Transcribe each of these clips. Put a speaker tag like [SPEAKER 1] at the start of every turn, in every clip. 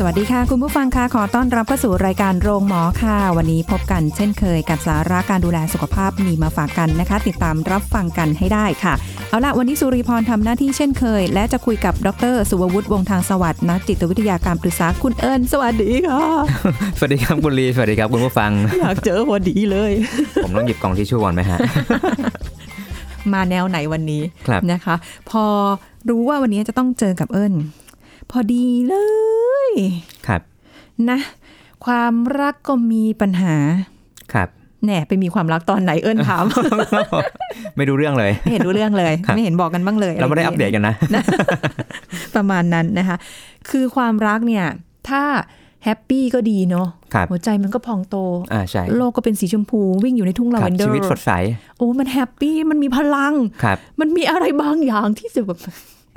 [SPEAKER 1] สวัสดีค่ะ คุณผู้ฟังค่ะขอต้อนรับเข้าสู่รายการโรงหมอค่ะ วันนี้พบกันเช่นเคยกับสาระการดูแลสุขภาพมีมาฝากกันนะคะ ติดตามรับฟังกันให้ได้ค่ะ เอาละวันนี้สุริพรทำหน้าที่เช่นเคย และจะคุยกับดรสุวัตวงศ์ทางสวัสดิ์นักจิตวิทยาการปรึกษาคุณเอิญสวัสดีค่ะ
[SPEAKER 2] สวัสดีครับคุณลีสวัสดีครับคุณผู้ฟัง
[SPEAKER 1] อยากเจอพอดีเลย
[SPEAKER 2] ผมต้องหยิบกล่องทิชชู่ก่อนไหมฮะ
[SPEAKER 1] มาแนวไหนวันนี้
[SPEAKER 2] ครับ
[SPEAKER 1] นะคะ พอรู้ว่าวันนี้จะต้องเจอกับเอิญพอดีเลย
[SPEAKER 2] ครับ
[SPEAKER 1] นะ ความรักก็มีปัญหา
[SPEAKER 2] ครับ
[SPEAKER 1] แหน่ไปมีความรักตอนไหนเอิญถาม
[SPEAKER 2] ไม่ดูเรื่องเลย
[SPEAKER 1] ไม่เห็นรู้เรื่องเลย
[SPEAKER 2] ครับ
[SPEAKER 1] ไม่เห็นบอกกันบ้างเลย
[SPEAKER 2] เราไม่ได้อัปเดตกัน นะ
[SPEAKER 1] ประมาณนั้นนะคะ คือความรักเนี่ย ถ้าแฮปปี้ก็ดีเนาะ
[SPEAKER 2] ครับ
[SPEAKER 1] หัวใจมันก็พองโต
[SPEAKER 2] อ่าใช่
[SPEAKER 1] โลกก็เป็นสีชมพูวิ่งอยู่ในทุ่งลา
[SPEAKER 2] ครับ
[SPEAKER 1] เวนเดอ
[SPEAKER 2] ชี
[SPEAKER 1] ร์
[SPEAKER 2] วิตสดใส
[SPEAKER 1] โอ้มันแฮปปี้มันมีพลัง
[SPEAKER 2] ครับ
[SPEAKER 1] มันมีอะไรบางอย่างที่จะแบบ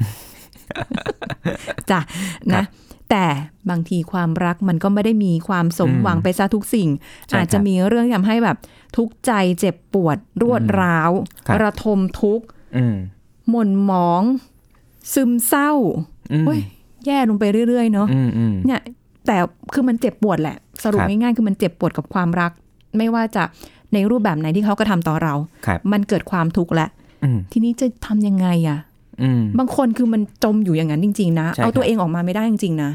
[SPEAKER 1] จ้ะ
[SPEAKER 2] ครั
[SPEAKER 1] นะ
[SPEAKER 2] บ
[SPEAKER 1] แต่บางทีความรักมันก็ไม่ได้มีความสมหวัง
[SPEAKER 2] อืม
[SPEAKER 1] ไปซะทุกสิ่ง
[SPEAKER 2] ใช่
[SPEAKER 1] อาจจะ
[SPEAKER 2] ครับ
[SPEAKER 1] มีเรื่องที่ทำให้แบบทุกข์ใจเจ็บปวด รวดร้าว
[SPEAKER 2] ครับ
[SPEAKER 1] ระทมทุกข์
[SPEAKER 2] อืม
[SPEAKER 1] หม่นหมอง ซึมเศร้า
[SPEAKER 2] อืม
[SPEAKER 1] เฮ้ยแย่ลงไปเรื่อย ๆ เนาะ
[SPEAKER 2] อืมอืม
[SPEAKER 1] เนี่ย แต่คือมันเจ็บปวดแหละ สรุป
[SPEAKER 2] ครับ
[SPEAKER 1] ง่ายๆ คือมันเจ็บปวดกับความรัก ไม่ว่าจะในรูปแบบไหนที่เขากระทำต่อเรา
[SPEAKER 2] ครับ
[SPEAKER 1] มันเกิดความทุกข์และ
[SPEAKER 2] อืม
[SPEAKER 1] ทีนี้จะทำยังไงอะ
[SPEAKER 2] อืม
[SPEAKER 1] บางคนคือมันจมอยู่อย่างนั้นจริง ๆ นะ
[SPEAKER 2] ใช่ครับ
[SPEAKER 1] เอาตัวเองออกมาไม่ได้จริง ๆ นะ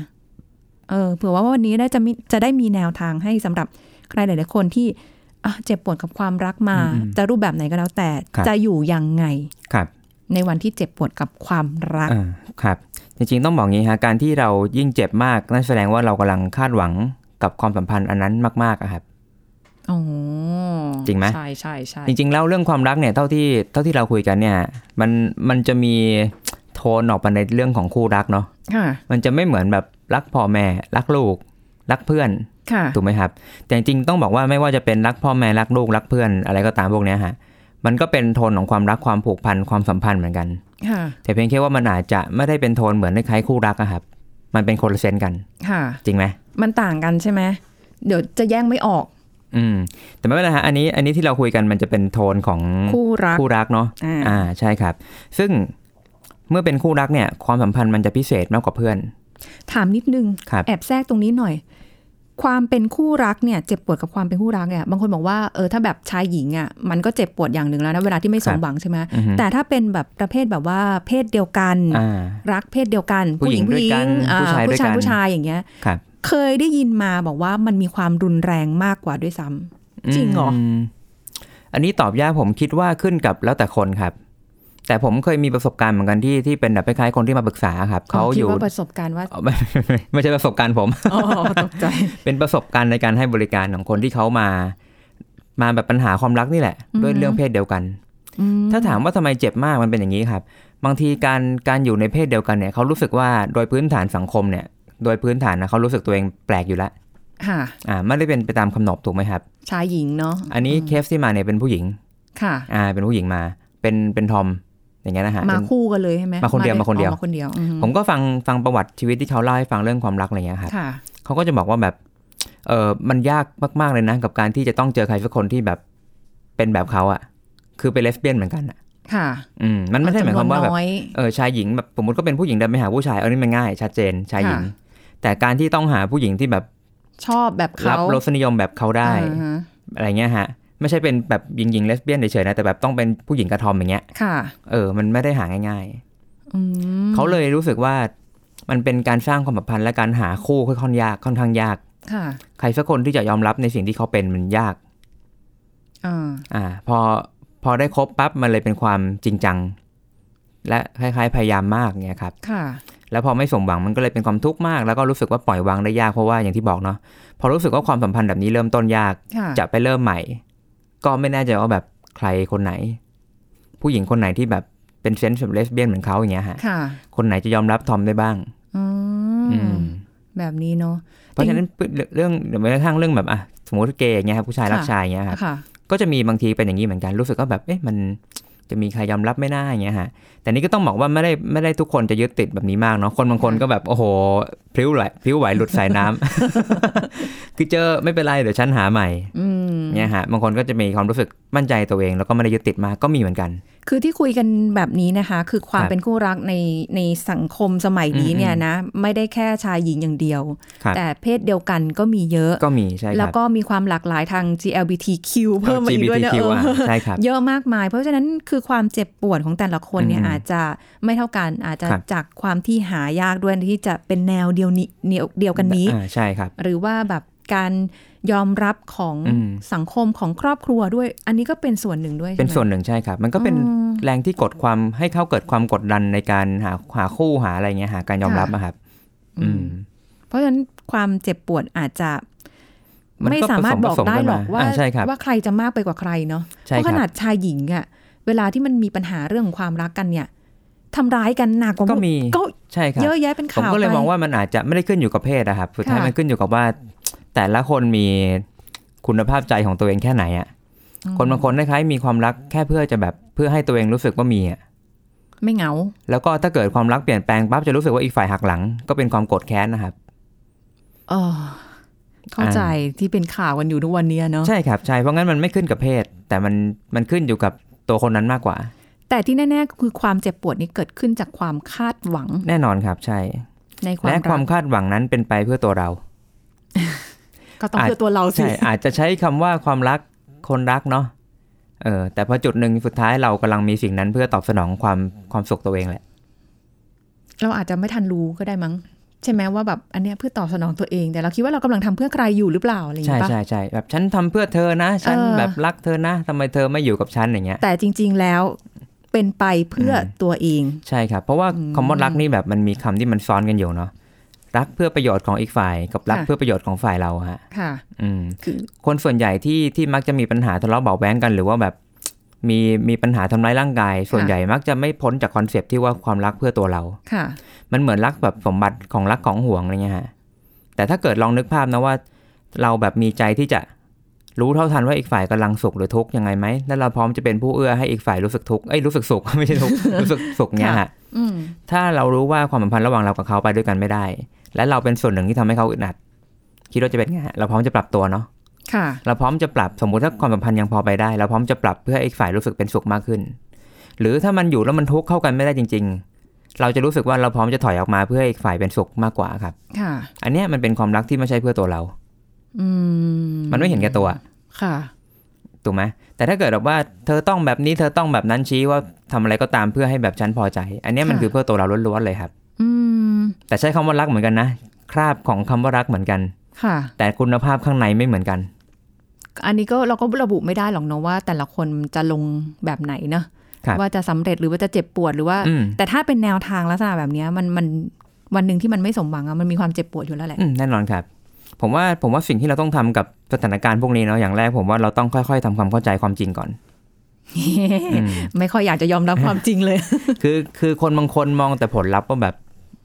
[SPEAKER 1] เออเผื่อว่าวันนี้ได้จะมีจะได้มีแนวทางให้สำหรับใครหลายๆคนที่อ่ะเจ็บปวดกับความรักมา จะรูปแบบไหนก็แล้วแต่จะอยู่ยังไง
[SPEAKER 2] ครับ
[SPEAKER 1] ในวันที่เจ็บปวดกับความรัก
[SPEAKER 2] อ่าครับ จริงๆต้องบอกงี้ฮะการที่เรายิ่งเจ็บมากนั่นแสดงว่าเรากำลังคาดหวังกับความสัมพันธ์อันนั้นมากๆอะครับ
[SPEAKER 1] อ๋อ
[SPEAKER 2] จริงไหม
[SPEAKER 1] ใช่ใช่ใช่
[SPEAKER 2] จริงๆแล้วเรื่องความรักเนี่ยเท่าที่เท่าที่เราคุยกันเนี่ยมันมันจะมีโทนออกมาในเรื่องของคู่รักเนาะ
[SPEAKER 1] ค่ะ
[SPEAKER 2] มันจะไม่เหมือนแบบรักพ่อแม่ รักลูก รักเพื่อน
[SPEAKER 1] ค่ะ
[SPEAKER 2] ถูกไหมครับ แต่จริงๆต้องบอกว่าไม่ว่าจะเป็นรักพ่อแม่รักลูกรักเพื่อนอะไรก็ตามพวกเนี้ยฮะมันก็เป็นโทนของความรักความผูกพันความสัมพันธ์เหมือนกัน
[SPEAKER 1] ค่ะ
[SPEAKER 2] แต่เพียงแค่ว่ามันอาจจะไม่ได้เป็นโทนเหมือนในคล้ายคู่รักอะครับ มันเป็นคนละเซนส์กัน
[SPEAKER 1] ค่ะ
[SPEAKER 2] จริงไหม
[SPEAKER 1] มันต่างกันใช่ไหม เดี๋ยวจะแย่งไม่ออก
[SPEAKER 2] อืม แต่ไม่เป็นไรฮะอันนี้อันนี้ที่เราคุยกันมันจะเป็นโทนของ
[SPEAKER 1] คู่รัก
[SPEAKER 2] คู่รักเนาะ
[SPEAKER 1] อ่า
[SPEAKER 2] อ่าใช่ครับ ซึ่งเมื่อเป็นคู่รักเนี่ย ความสัมพันธ์มันจะพิเศษมากกว่าเพื่อน
[SPEAKER 1] ถามนิดนึง
[SPEAKER 2] ครับ
[SPEAKER 1] แอบแทรกตรงนี้หน่อย ความเป็นคู่รักเนี่ยเจ็บปวดกับความเป็นคู่รักเนี่ย บางคนบอกว่าเออถ้าแบบชายหญิงอ่ะมันก็เจ็บปวดอย่างหนึ่งแล้วนะเวลาที่ไม่สมหวังใช่ไหม
[SPEAKER 2] อือฮึ
[SPEAKER 1] แต่ถ้าเป็นแบบประเภทแบบว่าเพศเดียวกัน
[SPEAKER 2] อ่า
[SPEAKER 1] รักเพศเดียวกัน
[SPEAKER 2] ผู้หญิงด้วยกัน
[SPEAKER 1] อ่
[SPEAKER 2] ผู้ชายด้วยกัน
[SPEAKER 1] ผู้ชายอย่างเงี้ย
[SPEAKER 2] ครับ
[SPEAKER 1] เคยได้ยินมาบอกว่ามันมีความรุนแรงมากกว่าด้วยซ้ำ จริงเหรอ
[SPEAKER 2] มอันนี้ตอบยากผมคิดว่าขึ้นกับแล้วแต่คนครับ แต่ผมเคยมีประสบการณ์เหมือนกันที่ที่เป็นแบบคล้ายๆคนที่มาปรึกษาครับ เขา
[SPEAKER 1] คิด
[SPEAKER 2] อยู่
[SPEAKER 1] ว่าประสบการณ์ว่า
[SPEAKER 2] เอา ไม่ไม่ไม่ใช่ประสบการณ์ผม
[SPEAKER 1] อ๋อตกใจ
[SPEAKER 2] เป็นประสบการณ์ในการให้บริการของคนที่เขามา มาแบบปัญหาความรักนี่แหละ ด้วยเรื่องเพศเดียวกัน
[SPEAKER 1] อืม
[SPEAKER 2] ถ้าถามว่าทำไมเจ็บมากมันเป็นอย่างนี้ครับ บางทีการการอยู่ในเพศเดียวกันเนี่ยเขารู้สึกว่าโดยพื้นฐานสังคมเนี่ย โดยพื้นฐานนะเขารู้สึกตัวเองแปลกอยู่แล้ว
[SPEAKER 1] ค่ะ
[SPEAKER 2] อ่าไม่ได้เป็นไปตามคำนบถูกไหมครับ
[SPEAKER 1] ชายหญิงเนาะ
[SPEAKER 2] อันนี้เคสที่มาเนี่ยเป็นผู้หญิง
[SPEAKER 1] ค่ะ
[SPEAKER 2] อ่าเป็นผู้หญิงมาเป็นเป็นทอมอย่างเงี้ยนะฮะ
[SPEAKER 1] มา
[SPEAKER 2] เป็น
[SPEAKER 1] คู่กันเลยใช่ไหม
[SPEAKER 2] มาคนเดียว
[SPEAKER 1] ล
[SPEAKER 2] มาคนเดียว
[SPEAKER 1] อ๋อมาคนเดียวอื
[SPEAKER 2] ผมก็ฟังฟังประวัติชีวิตที่เขาเล่าให้ฟังเรื่องความรักอะไรเงี้ยครับ
[SPEAKER 1] ค่ะ
[SPEAKER 2] เขาก็จะบอกว่าแบบเออมันยากมาก ๆ เลยนะ กับการที่จะต้องเจอใครสักคนที่แบบเป็นแบบเขาอะคือเป็นเลสเบี้ยนเหมือนกันอะ
[SPEAKER 1] ค่ะ
[SPEAKER 2] อืมมันไม่ใช่หมายความว่าแบบ
[SPEAKER 1] จำนนน้อย
[SPEAKER 2] เออชายหญิงแบบสมมติก็เป็นผู้หญิงเดินไปหาผู้ชายเออนี่มันง่าย ชัดเจนชายหญิง
[SPEAKER 1] ค่ะ
[SPEAKER 2] แต่การที่ต้องหาผู้หญิงที่แบบ
[SPEAKER 1] ชอบแบบเขา
[SPEAKER 2] รับรสนิยมแบบเขาได้
[SPEAKER 1] อ่าฮะ
[SPEAKER 2] อะไรเงี้ยฮะไม่ใช่เป็นแบบหญิงหญิงเลสเบี้ยนเฉยๆนะแต่แบบต้องเป็นผู้หญิงกระทอมอย่างเงี้ย
[SPEAKER 1] ค่ะ
[SPEAKER 2] เออมันไม่ได้หาง่ายๆ
[SPEAKER 1] อืม
[SPEAKER 2] เขาเลยรู้สึกว่ามันเป็นการสร้างความสัมพันธ์และการหาคู่ค่อนข้างยากค่อนข้างยาก
[SPEAKER 1] ค่ะ
[SPEAKER 2] ใครสักคนที่จะยอมรับในสิ่งที่เขาเป็นมันยาก
[SPEAKER 1] อ่า
[SPEAKER 2] อ่า พอพอได้คบปั๊บมันเลยเป็นความจริงจัง และคล้ายๆพยายามมากเนี่ยครับ
[SPEAKER 1] ค่ะ
[SPEAKER 2] แล้วพอไม่สมหวังมันก็เลยเป็นความทุกข์มาก แล้วก็รู้สึกว่าปล่อยวางได้ยากเพราะว่าอย่างที่บอกเนาะพอรู้สึกว่าความสัมพันธ์แบบนี้เริ่มต้นยาก
[SPEAKER 1] ค่ะ
[SPEAKER 2] จะไปเริ่มใหม่ ก็ไม่แน่ใจว่าแบบใครคนไหน ผู้หญิงคนไหนที่แบบ เป็นเซนส์แบบเลสเบี้ยนเหมือนเขาอย่างเงี้ยฮะ
[SPEAKER 1] ค่ะ
[SPEAKER 2] คนไหนจะยอมรับทอมได้บ้าง
[SPEAKER 1] อื
[SPEAKER 2] อื
[SPEAKER 1] ม
[SPEAKER 2] ม
[SPEAKER 1] แบบนี้เนาะ
[SPEAKER 2] เพราะฉะนั้นเรื่องหรือแม้กระทั่งเรื่องแบบอ่ะสมมติเกย์อย่างเงี้ยครับผู้ชายรัก
[SPEAKER 1] ค่ะ
[SPEAKER 2] ชายอย่างเงี้ยครับ
[SPEAKER 1] ค่ะ
[SPEAKER 2] ก็จะมีบางทีเป็นอย่างนี้เหมือนกันรู้สึกว่าแบบเอ๊ะมันจะมีใครยอมรับไม่ได้อย่างเงี้ยฮะแต่นี่ก็ต้องบอกว่าไม่ได้ไม่ได้ทุกคนจะยึดติดแบบนี้มากเนาะคนบางคนก็แบบโอ้โหพลิ้วไหวพลิ้วไหวหลุดสายน้ำ คือเจอไม่เป็นไรเดี๋ยวฉันหาใหม่
[SPEAKER 1] อืม
[SPEAKER 2] เนี่ยฮะบางคนก็จะมีความรู้สึกมั่นใจตัวเอง แล้วก็ไม่ได้ยึดติดมากก็มีเหมือนกัน
[SPEAKER 1] คือที่คุยกันแบบนี้นะคะ คือความ
[SPEAKER 2] ครับ
[SPEAKER 1] เป็นคู่รักในในสังคมสมัยนี้
[SPEAKER 2] อืม
[SPEAKER 1] เนี่ยนะ ไม่ได้แค่ชายหญิงอย่างเดียว
[SPEAKER 2] ครับ
[SPEAKER 1] แต่เพศเดียวกันก็มีเยอะ
[SPEAKER 2] ก็มีใช่ครับ
[SPEAKER 1] แล้วก็มีความหลากหลายทาง GLBTQ เพิ่มมาอีกด้วยนะ
[SPEAKER 2] LGBTQ
[SPEAKER 1] เออ
[SPEAKER 2] อ่ะใช่ครับ
[SPEAKER 1] เยอะมากมาย เพราะฉะนั้นคือความเจ็บปวดของแต่ละคนเนี่ย
[SPEAKER 2] อืม
[SPEAKER 1] อาจจะไม่เท่ากันอาจจะ
[SPEAKER 2] ครับ
[SPEAKER 1] จากความที่หายากด้วยที่จะเป็นแนวเดียวนี้เดียวเดียวกันนี้
[SPEAKER 2] อ่าใช่ครับ
[SPEAKER 1] หรือว่าแบบการยอมรับของ
[SPEAKER 2] อืม
[SPEAKER 1] สังคมของครอบครัวด้วย อันนี้ก็เป็นส่วนหนึ่งด้วยใช่ไหม
[SPEAKER 2] เป็นส่วนหนึ่งใช่ครับ มันก็เป็น
[SPEAKER 1] อืม
[SPEAKER 2] แรงที่กดความให้เขาเกิดความกดดันในการหาหาคู่หาอะไรเงี้ยหาการยอมรับ
[SPEAKER 1] ค่ะ
[SPEAKER 2] อะครับ
[SPEAKER 1] อื
[SPEAKER 2] อื
[SPEAKER 1] ม
[SPEAKER 2] ม
[SPEAKER 1] เพราะฉะนั้นความเจ็บปวดอาจจะ
[SPEAKER 2] มันก็
[SPEAKER 1] ไม่สามารถบอกได้หรอก
[SPEAKER 2] ผสมๆกันมา
[SPEAKER 1] ว่า
[SPEAKER 2] อ่าใช่ครับ
[SPEAKER 1] ว่าใครจะมากไปกว่าใครเนาะ
[SPEAKER 2] ใช่
[SPEAKER 1] เพราะข
[SPEAKER 2] ครับ
[SPEAKER 1] นาดชายหญิงอะเวลาที่มันมีปัญหาเรื่องของความรักกันเนี่ยทำร้ายกันหนักกว่า
[SPEAKER 2] ก็มี
[SPEAKER 1] ก็
[SPEAKER 2] ใช่ครับ
[SPEAKER 1] เยอะแยะเป็น
[SPEAKER 2] ผม
[SPEAKER 1] ข่าว
[SPEAKER 2] ก็เลย
[SPEAKER 1] ไป
[SPEAKER 2] มองว่ามันอาจจะไม่ได้ขึ้นอยู่กับเพศนะครับสุดท้าย
[SPEAKER 1] ค่ะ
[SPEAKER 2] มันขึ้นอยู่กับว่า แต่ละคนมีคุณภาพใจของตัวเองแค่ไหนอะคนบางคนคล้ายๆมีความรักแค่เพื่อจะแบบเพื่อให้ตัวเองรู้สึกว่ามีอะ
[SPEAKER 1] ไม่เหงา
[SPEAKER 2] แล้วก็ถ้าเกิดความรักเปลี่ยนแปลงปั๊บจะรู้สึกว่าอีกฝ่ายหักหลัง ก็เป็นความโกรธแค้นนะครับ
[SPEAKER 1] เออเข้าใจที่เป็นข่าวกันอยู่ทุกวันเนี้ยเนาะ
[SPEAKER 2] ใช่ครับใช่เพราะงั้นมันไม่ขึ้นกับเพศ แต่มันมันขึ้นอยู่กับตัวคนนั้นมากกว่า
[SPEAKER 1] แต่ที่แน่ๆคือความเจ็บปวดนี้เกิดขึ้นจากความคาดหวัง
[SPEAKER 2] แน่นอนครับใช่
[SPEAKER 1] ในความ
[SPEAKER 2] และ
[SPEAKER 1] รัก
[SPEAKER 2] ความคาดหวังนั้นเป็นไปเพื่อตัว เรา
[SPEAKER 1] ก็ต้อง
[SPEAKER 2] อาจ
[SPEAKER 1] เพื่อตัวเราสิ
[SPEAKER 2] ใช่อาจจะใช้คำว่าความรักคนรักเนาะเออแต่พอจุดหนึ่งสุดท้ายเรากำลังมีสิ่งนั้นเพื่อตอบสนองความความสุขตัวเองแหละ
[SPEAKER 1] เราอาจจะไม่ทันรู้ก็ได้มั้ง ใช่ไหมว่าแบบอันเนี้ยเพื่อตอบสนองตัวเองแต่เราคิดว่าเรากำลังทำเพื่อใครอยู่หรือเปล่าอะไรอย่าง
[SPEAKER 2] ใช่
[SPEAKER 1] เงี้ย
[SPEAKER 2] ใช่ใช่แบบฉันทำเพื่อเธอนะ ฉัน
[SPEAKER 1] เออ
[SPEAKER 2] แบบรักเธอนะทำไมเธอไม่อยู่กับฉันอย่างเงี้ย
[SPEAKER 1] แต่จริง ๆ แล้วเป็นไปเพื่ออ
[SPEAKER 2] ม
[SPEAKER 1] ตัวเอง
[SPEAKER 2] ใช่ครับ เพราะว่า
[SPEAKER 1] อืม
[SPEAKER 2] คำว่ารักนี่แบบมันมีคำที่มันซ้อนกันอยู่เนาะรักเพื่อประโยชน์ของอีกฝ่าย กับรัก
[SPEAKER 1] ค่ะ
[SPEAKER 2] เพื่อประโยชน์ของฝ่ายเราฮะ
[SPEAKER 1] ค่ะ
[SPEAKER 2] อืม
[SPEAKER 1] คือ
[SPEAKER 2] คนส่วนใหญ่ที่ที่มักจะมีปัญหาทะเลาะเบาะแว้งกันหรือว่าแบบมีมีปัญหาทำร้ายร่างกาย ส่วนใหญ่มักจะไม่พ้นจากคอนเซปต์ที่ว่าความรักเพื่อตัวเรา
[SPEAKER 1] ค่ะ
[SPEAKER 2] มันเหมือนรักแบบสมบัติของรักของห่วงอะไรเงี้ยฮะแต่ถ้าเกิดลองนึกภาพนะว่า เราแบบมีใจที่จะรู้เท่าทันว่าอีกฝ่ายกำลังสุขหรือทุกข์ยังไงไหมแล้วเราพร้อมจะเป็นผู้เอื้อให้อีกฝ่ายรู้สึกทุกข์เอ้ยรู้สึกสุข ไม่ใช่ทุกข์ รู้สึกสุขเนี่ยฮะ
[SPEAKER 1] อืม
[SPEAKER 2] ถ้าเรารู้ว่าความสัมพันธ์ระหว่างเรากับเขาไปด้วยกันไม่ได้ และเราเป็นส่วนหนึ่งที่ทำให้เขาอึดอัดคิดว่าจะเป็นไงฮะเราพร้อมจะปรับตัวเนาะ
[SPEAKER 1] ค่ะ
[SPEAKER 2] เราพร้อมจะปรับสมมติถ้าความสัมพันธ์ยังพอไปได้ เราพร้อมจะปรับเพื่อให้อีกฝ่ายรู้สึกเป็นสุขมากขึ้น หรือถ้ามันอยู่แล้วมันทุกข์เข้ากันไม่ได้จริง ๆ เราจะรู้สึกว่าเราพร้อมจะถอยออกมาเพื่อให้อีกฝ่ายเป็นสุขมากกว่าครับ
[SPEAKER 1] ค่ะ
[SPEAKER 2] อันเนี้ยมันเป็นความรักที่ไม่ใช่เพื่อตัวเรา
[SPEAKER 1] อืม
[SPEAKER 2] มันไม่เห็นแก่ตัว
[SPEAKER 1] ค่ะ
[SPEAKER 2] ถูกไหมแต่ถ้าเกิดแบบว่าเธอต้องแบบนี้เธอต้องแบบนั้นชี้ว่าทำอะไรก็ตามเพื่อให้แบบฉันพอใจ อันเนี้ยมัน
[SPEAKER 1] ค่ะ
[SPEAKER 2] คือเพื่อตัวเราล้วนๆเลยครับ
[SPEAKER 1] อืม
[SPEAKER 2] แต่ใช้คำว่ารักเหมือนกันนะคราบของคำว่ารักเหมือนกัน
[SPEAKER 1] ค่ะ
[SPEAKER 2] แต่คุณภาพข้างในไม่เหมือนกัน
[SPEAKER 1] อันนี้ก็เราก็ระบุไม่ได้หรอกเนาะว่า แต่ละคนจะลงแบบไหนเนาะ
[SPEAKER 2] ครับ
[SPEAKER 1] ว่าจะสำเร็จหรือว่าจะเจ็บปวดหรือว่า
[SPEAKER 2] อืม
[SPEAKER 1] แต่ถ้าเป็นแนวทางลักษณะแบบเนี้ยมันมันวันหนึ่งที่มันไม่สมหวังอะมันมีความเจ็บปวดอยู่แล้วแหละ
[SPEAKER 2] อืมแน่นอนครับ ผมว่าผมว่าสิ่งที่เราต้องทำกับสถานการณ์พวกนี้เนาะอย่างแรกผมว่าเราต้องค่อยๆทำความเข้าใจความจริง ก่อนอืม
[SPEAKER 1] ไม่ค่อยอยากจะยอมรับความจริงเลย
[SPEAKER 2] คือคือคนบางคนมองแต่ผลลัพธ์ว่าแบบ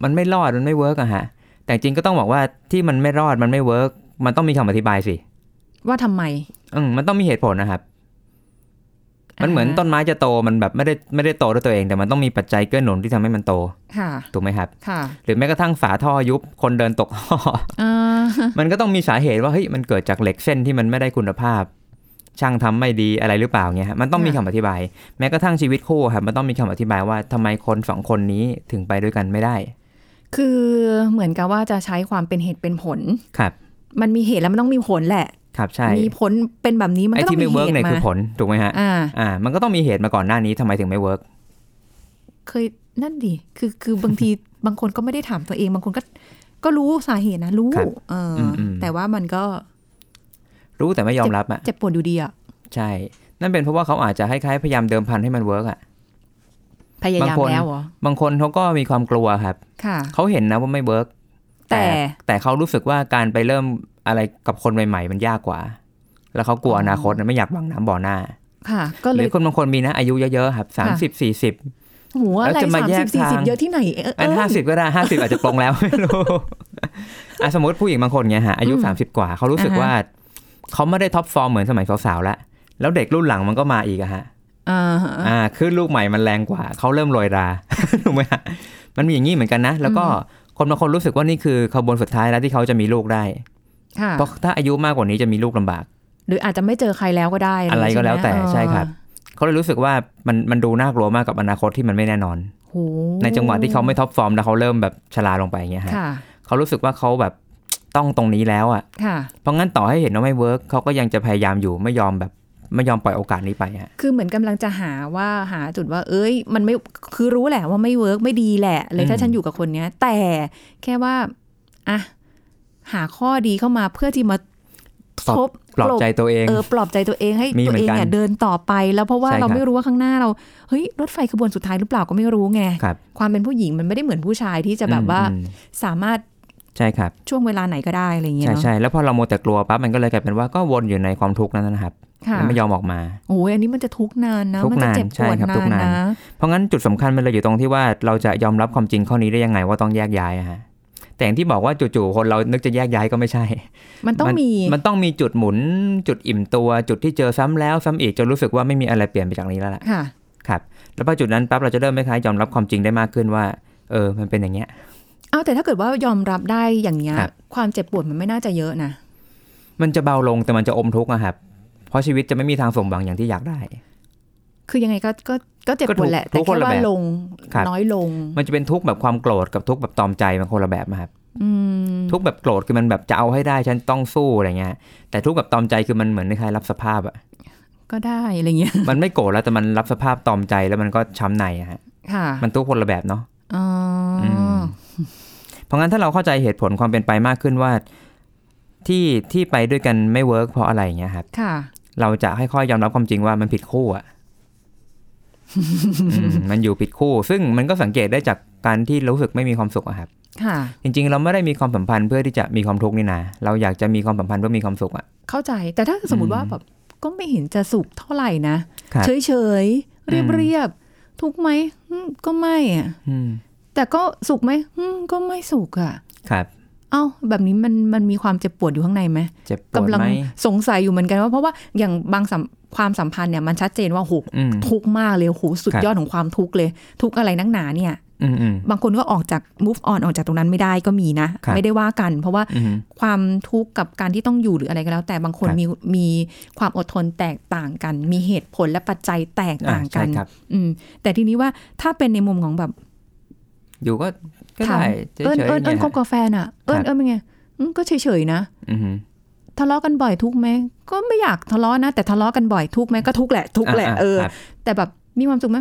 [SPEAKER 2] มันไม่รอดมันไม่เวิร์กอะฮะ แต่จริงก็ต้องบอกว่าที่มันไม่รอดมันไม่เวิร์กมันต้องมีคำอธิบายสิ
[SPEAKER 1] ว่าทำไม
[SPEAKER 2] อืมมันต้องมีเหตุผลนะครับ มันเหมือนต้นไม้จะโตมันแบบไม่ได้ไม่ได้โตด้วยตัวเอง แต่มันต้องมีปัจจัยเกื้อหนุนที่ทำให้มันโต
[SPEAKER 1] ค่ะ
[SPEAKER 2] ถูกไหมครับ
[SPEAKER 1] ค่ะ
[SPEAKER 2] หรือแม้กระทั่งฝาท่อยุบคนเดินตกท่อ
[SPEAKER 1] อ่า
[SPEAKER 2] มันก็ต้องมีสาเหตุว่าเฮ้ยมันเกิดจากเหล็กเส้นที่มันไม่ได้คุณภาพ ช่างทำไม่ดีอะไรหรือเปล่าเงี้ยฮะมันต้องมีคำอธิบาย แม้กระทั่งชีวิตคู่ครับมันต้องมีคำอธิบายว่าทำไมคนสองคนนี้ถึงไปด้วยกันไม่ได้
[SPEAKER 1] คือเหมือนกับว่าจะใช้ความเป็นเหตุเป็นผล
[SPEAKER 2] ครับ
[SPEAKER 1] มันมีเหตุแล้วมันต้องมีผลแหละ
[SPEAKER 2] ครับใช่
[SPEAKER 1] มีผลเป็นแบบนี้มัน
[SPEAKER 2] ไอ้
[SPEAKER 1] ก็ต้อ
[SPEAKER 2] ที่
[SPEAKER 1] งมีเห
[SPEAKER 2] ไม่เวิร์ก
[SPEAKER 1] ตุ
[SPEAKER 2] เนี่ย
[SPEAKER 1] มา
[SPEAKER 2] คือผลถูกไหมฮะ
[SPEAKER 1] อ่า
[SPEAKER 2] อ่า มันก็ต้องมีเหตุมาก่อนหน้านี้ทำไมถึงไม่เวิร์ก
[SPEAKER 1] เคยนั่นดิ คือคือบางที บางคนก็ไม่ได้ถามตัวเอง บางคนก็ก็รู้สาเหตุนะรู้ เอออ
[SPEAKER 2] มๆ
[SPEAKER 1] แต่ว่ามันก็
[SPEAKER 2] รู้แต่ไม่ยอมรับอ่ะ
[SPEAKER 1] เจ็บปวดอยู่ดีอะ
[SPEAKER 2] ใช่ นั่นเป็นเพราะว่าเขาอาจจะคล้ายๆพยายามเดิมพันให้มันเวิร์กอ่ะ
[SPEAKER 1] พยายา
[SPEAKER 2] บาม งคน
[SPEAKER 1] แล้วเหรอบ
[SPEAKER 2] างคนเขาก็มีความกลัวครับ
[SPEAKER 1] ค่ะ
[SPEAKER 2] เขาเห็นนะว่าไม่เวิร์ก
[SPEAKER 1] แต่
[SPEAKER 2] แต่เขารู้สึกว่าการไปเริ่มอะไรกับคนใหม่ๆ มันยากกว่า แล้วเขากลัวอนาคตนะไม่อยากบังน้ำบ่อหน้า
[SPEAKER 1] ค่ะ ก็
[SPEAKER 2] ห
[SPEAKER 1] เล
[SPEAKER 2] รื
[SPEAKER 1] ย
[SPEAKER 2] อคนบางคนมีนะอายุเยอะๆครับสามสิบสี่สิบ
[SPEAKER 1] โอ้โหัว
[SPEAKER 2] แล้
[SPEAKER 1] อะ
[SPEAKER 2] ว
[SPEAKER 1] ไร
[SPEAKER 2] จะมา
[SPEAKER 1] สาม
[SPEAKER 2] แย
[SPEAKER 1] สิ
[SPEAKER 2] ก
[SPEAKER 1] บสี่
[SPEAKER 2] ทา
[SPEAKER 1] สิบ
[SPEAKER 2] ง
[SPEAKER 1] เยอะที่ไหนเย
[SPEAKER 2] อันห้าสิบก็ได้ห้าสิบอาจจะปลงแล้ว ไม่รู้อ่ะสมมติผู้หญิงบางคนเนี่ยฮะอายุสามสิบกว่าเขารู้สึก
[SPEAKER 3] อ่าฮะ
[SPEAKER 2] ว่าเขาไม่ได้ท็อปฟอร์มเหมือนสมัยสาวๆแล้วแล้วเด็กรุ่นหลังมันก็มาอีกอะฮะ
[SPEAKER 1] อ่าฮะ
[SPEAKER 2] อ่าขึ้นลูกใหม่มันแรงกว่า เขาเริ่มลอยรา ถูกไหมฮะมันมีอย่างนี้เหมือนกันนะ แล้วก็คนบางคนรู้สึกว่านี่คือขบวนสุดท้ายแล้วที่เขาจะมีลูกได้
[SPEAKER 1] ค่ะ
[SPEAKER 2] เพราะถ้าอายุมากกว่านี้จะมีลูกลำบาก
[SPEAKER 1] หรืออาจจะไม่เจอใครแล้วก็ได้
[SPEAKER 2] อะไรก็
[SPEAKER 1] ใช่หม
[SPEAKER 2] แล้วแต่
[SPEAKER 1] อ่า
[SPEAKER 2] ใช่ครับ เขาเลยรู้สึกว่ามันมันดูน่ากลัวมากกับอนาคตที่มันไม่แน่นอน
[SPEAKER 1] โห
[SPEAKER 2] ในจังหวะที่เขาไม่ท็อปฟอร์มแล้วเขาเริ่มแบบชราลงไปอย่างเงี้ยฮะ
[SPEAKER 1] ค่ะ
[SPEAKER 2] เขารู้สึกว่าเขาแบบต้องตรงนี้แล้วอ่ะ
[SPEAKER 1] ค่ะ
[SPEAKER 2] เพราะงั้นต่อให้เห็นว่าไม่เวิร์กเขาก็ยังจะพยายามอยู่ไม่ยอมแบบไม่ยอมปล่อยโอกาสนี้ไปฮะ
[SPEAKER 1] คือเหมือนกำลังจะหาว่าหาจุดว่า เอ้ย มันไม่คือรู้แหละว่าไม่เวิร์กไม่ดีแหละ เลยถ้า
[SPEAKER 2] อืม
[SPEAKER 1] ฉันอยู่กับคนเนี้ย แต่แค่ว่าอ่ะหาข้อดีเข้ามาเพื่อที่มาทบ
[SPEAKER 2] ปลอบใจตัวเอง
[SPEAKER 1] เออปลอบใจตัวเองให้
[SPEAKER 2] มี
[SPEAKER 1] ตัว
[SPEAKER 2] เหมือ
[SPEAKER 1] เอง
[SPEAKER 2] นกัน
[SPEAKER 1] เนี่ยเดินต่อไป แล้วเพราะว่า
[SPEAKER 2] ใช่
[SPEAKER 1] เรา
[SPEAKER 2] ครับ
[SPEAKER 1] ไม่รู้ว่าข้างหน้าเราเฮ้ยรถไฟขบวนสุดท้ายหรือเปล่าก็ไม่รู้ไง
[SPEAKER 2] ครับ
[SPEAKER 1] ความเป็นผู้หญิงมันไม่ได้เหมือนผู้ชายที่จะแบบว่า
[SPEAKER 2] อืม
[SPEAKER 1] สามารถ
[SPEAKER 2] ใช่ครับ
[SPEAKER 1] ช่วงเวลาไหนก็ได้อะไรอย่างเงี้ย
[SPEAKER 2] ใช่
[SPEAKER 1] เนาะ
[SPEAKER 2] ใช่แล้วพอเราโมวแต่กลัวปั๊บมันก็เลยกลายเป็นว่าก็วนอยู่ในความทุกข์นั้นนะครับ
[SPEAKER 1] ค่ะ
[SPEAKER 2] มันไม่ยอมออกมา
[SPEAKER 1] โอ้ยอันนี้มันจะทุกข์นานนะ
[SPEAKER 2] ทุกข์
[SPEAKER 1] มัจะ
[SPEAKER 2] นาน
[SPEAKER 1] เจ็บป
[SPEAKER 2] ใช่
[SPEAKER 1] วด
[SPEAKER 2] ครับ
[SPEAKER 1] นา
[SPEAKER 2] ทุกข์
[SPEAKER 1] น
[SPEAKER 2] นาน
[SPEAKER 1] นะ
[SPEAKER 2] เพราะงั้นจุดสำคัญมันเลยอยู่ตรงที่ว่าเราจะยอมรับความจริงข้อนี้ได้ยังไงว่าต้องแยกย้ายอะฮะแต่อย่างที่บอกว่าจู่ๆคนเรานึกจะแยกย้ายก็ไม่ใช่
[SPEAKER 1] มันต้องมี
[SPEAKER 2] มันต้องมีจุดหมุน จุดอิ่มตัว จุดที่เจอซ้ำแล้วซ้ำอีกจนรู้สึกว่าไม่มีอะไรเปลี่ยนไปจากนี้แล้วล่ะ
[SPEAKER 1] ค่ะ
[SPEAKER 2] แล้วพอจุดนั้นปั๊บเราจะเริ่มคล้ายๆยอมรับความจริงได้มากขึ้นว่า เออ มันเป็นอย่างเงี้ย
[SPEAKER 1] เอาแต่ถ้าเกิดว่ายอมรับได้อย่างเงี้ย
[SPEAKER 2] ครับ
[SPEAKER 1] ความเจ็บปวดมันไม่น่าจะเยอะนะ
[SPEAKER 2] มันจะเบาลงแต่มันจะอมทุกข์อะครับเพราะชีวิตจะไม่มีทางสมหวังอย่างที่อยากได้
[SPEAKER 1] คือยังไงก็ก็ก็เจ็บปวดแหละ
[SPEAKER 2] ก็
[SPEAKER 1] แต่
[SPEAKER 2] ทุก
[SPEAKER 1] แค่
[SPEAKER 2] คนละ
[SPEAKER 1] ว่า
[SPEAKER 2] แบบ
[SPEAKER 1] ลง
[SPEAKER 2] ครับ
[SPEAKER 1] น้อยลง
[SPEAKER 2] มันจะเป็นทุกข์แบบความโกรธกับทุกข์แบบตอมใจมันคนละแบบนะครับ
[SPEAKER 1] อืม
[SPEAKER 2] ทุกข์แบบโกรธคือมันแบบจะเอาให้ได้ฉันต้องสู้อะไรเงี้ยแต่ทุกข์แบบตอมใจคือมันเหมือนใครรับสภาพอะ
[SPEAKER 1] ก็ได้อะไรเงี้ย
[SPEAKER 2] มันไม่โกรธแล้วแต่มันรับสภาพตอมใจแล้วมันก็ช้ำในอะฮะ
[SPEAKER 1] ค่ะ
[SPEAKER 2] มันทุกข์คนละแบบเนาะ
[SPEAKER 1] อ๋ออ
[SPEAKER 2] มเพราะงั้นถ้าเราเข้าใจเหตุผลความเป็นไปมากขึ้นว่า ที่ที่ไปด้วยกันไม่เวิร์กเพราะอะไรอย่างเงี้ยครับ
[SPEAKER 1] ค่ะ
[SPEAKER 2] เราจะค่อยๆยอมรับความจริงว่ามันผิดคู่ อะอืมมันอยู่ผิดคู่ ซึ่งมันก็สังเกตได้จากการที่รู้สึกไม่มีความสุขอะครับ
[SPEAKER 1] ค่ะ
[SPEAKER 2] จริง ๆ เราไม่ได้มีความสัมพันธ์เพื่อที่จะมีความทุกข์นี่นะเราอยากจะมีความสัมพันธ์เพื่อมีความสุขอะ
[SPEAKER 1] เข้าใจแต่ถ้าสมมติว่าแบบก็ไม่เห็นจะสุขเท่าไหร่นะครับ เฉยเฉยๆเรียบ
[SPEAKER 2] อืม
[SPEAKER 1] เรียบทุกข์ไหมอืมก็ไม่อะ
[SPEAKER 2] อืม
[SPEAKER 1] แต่ก็สุขไหมอืมก็ไม่สุขอ่ะ
[SPEAKER 2] ครับ
[SPEAKER 1] เอ้าแบบนี้มันมันมีความเจ็บปวดอยู่ข้างในไหม
[SPEAKER 2] เจ็บปวด
[SPEAKER 1] กำลัง
[SPEAKER 2] ไหม
[SPEAKER 1] สงสัยอยู่เหมือนกันว่าเพราะว่าอย่างบางสัมความสัมพันธ์เนี่ยมันชัดเจนว่าโห
[SPEAKER 2] อืม
[SPEAKER 1] ทุกข์มากเลยโหสุด
[SPEAKER 2] ครับ
[SPEAKER 1] ยอดของความทุกข์เลย ทุกข์อะไรนักหนาเนี่ย
[SPEAKER 2] อืมอืม
[SPEAKER 1] บางคนก็ออกจาก move on ออกจากตรงนั้นไม่ได้ก็มีนะ
[SPEAKER 2] ครับ
[SPEAKER 1] ไม่ได้ว่ากัน เพราะว่า
[SPEAKER 2] อืม
[SPEAKER 1] ความทุกข์กับการที่ต้องอยู่หรืออะไรก็แล้ว แต่บางคน
[SPEAKER 2] ครับ
[SPEAKER 1] มีมีความอดทนแตกต่างกัน มีเหตุผลและปัจจัยแตก
[SPEAKER 2] อ่า
[SPEAKER 1] ต่างกั
[SPEAKER 2] ใช่
[SPEAKER 1] น
[SPEAKER 2] ครับ
[SPEAKER 1] อืม แต่ทีนี้ว่าถ้าเป็นในมุมของแบบ
[SPEAKER 2] อยู่ก็ก็
[SPEAKER 1] ถาม
[SPEAKER 2] ได้เฉยๆ
[SPEAKER 1] เอิญเอิญ
[SPEAKER 2] เนี่
[SPEAKER 1] เอิญ
[SPEAKER 2] ย
[SPEAKER 1] คบกับแฟนอ่ะเอิญเอิญเป็นไงอืมก็เฉยๆนะ
[SPEAKER 2] อือหือ
[SPEAKER 1] ทะเลาะกันบ่อยทุกข์ไหมก็ไม่อยากทะเลาะนะ แต่ทะเลาะกันบ่อยทุกข์ไหมก็ทุกข์แหละทุกข์แหละ
[SPEAKER 2] อ่า
[SPEAKER 1] เออ
[SPEAKER 2] ครับ
[SPEAKER 1] แต่แบบมีความสุขไหม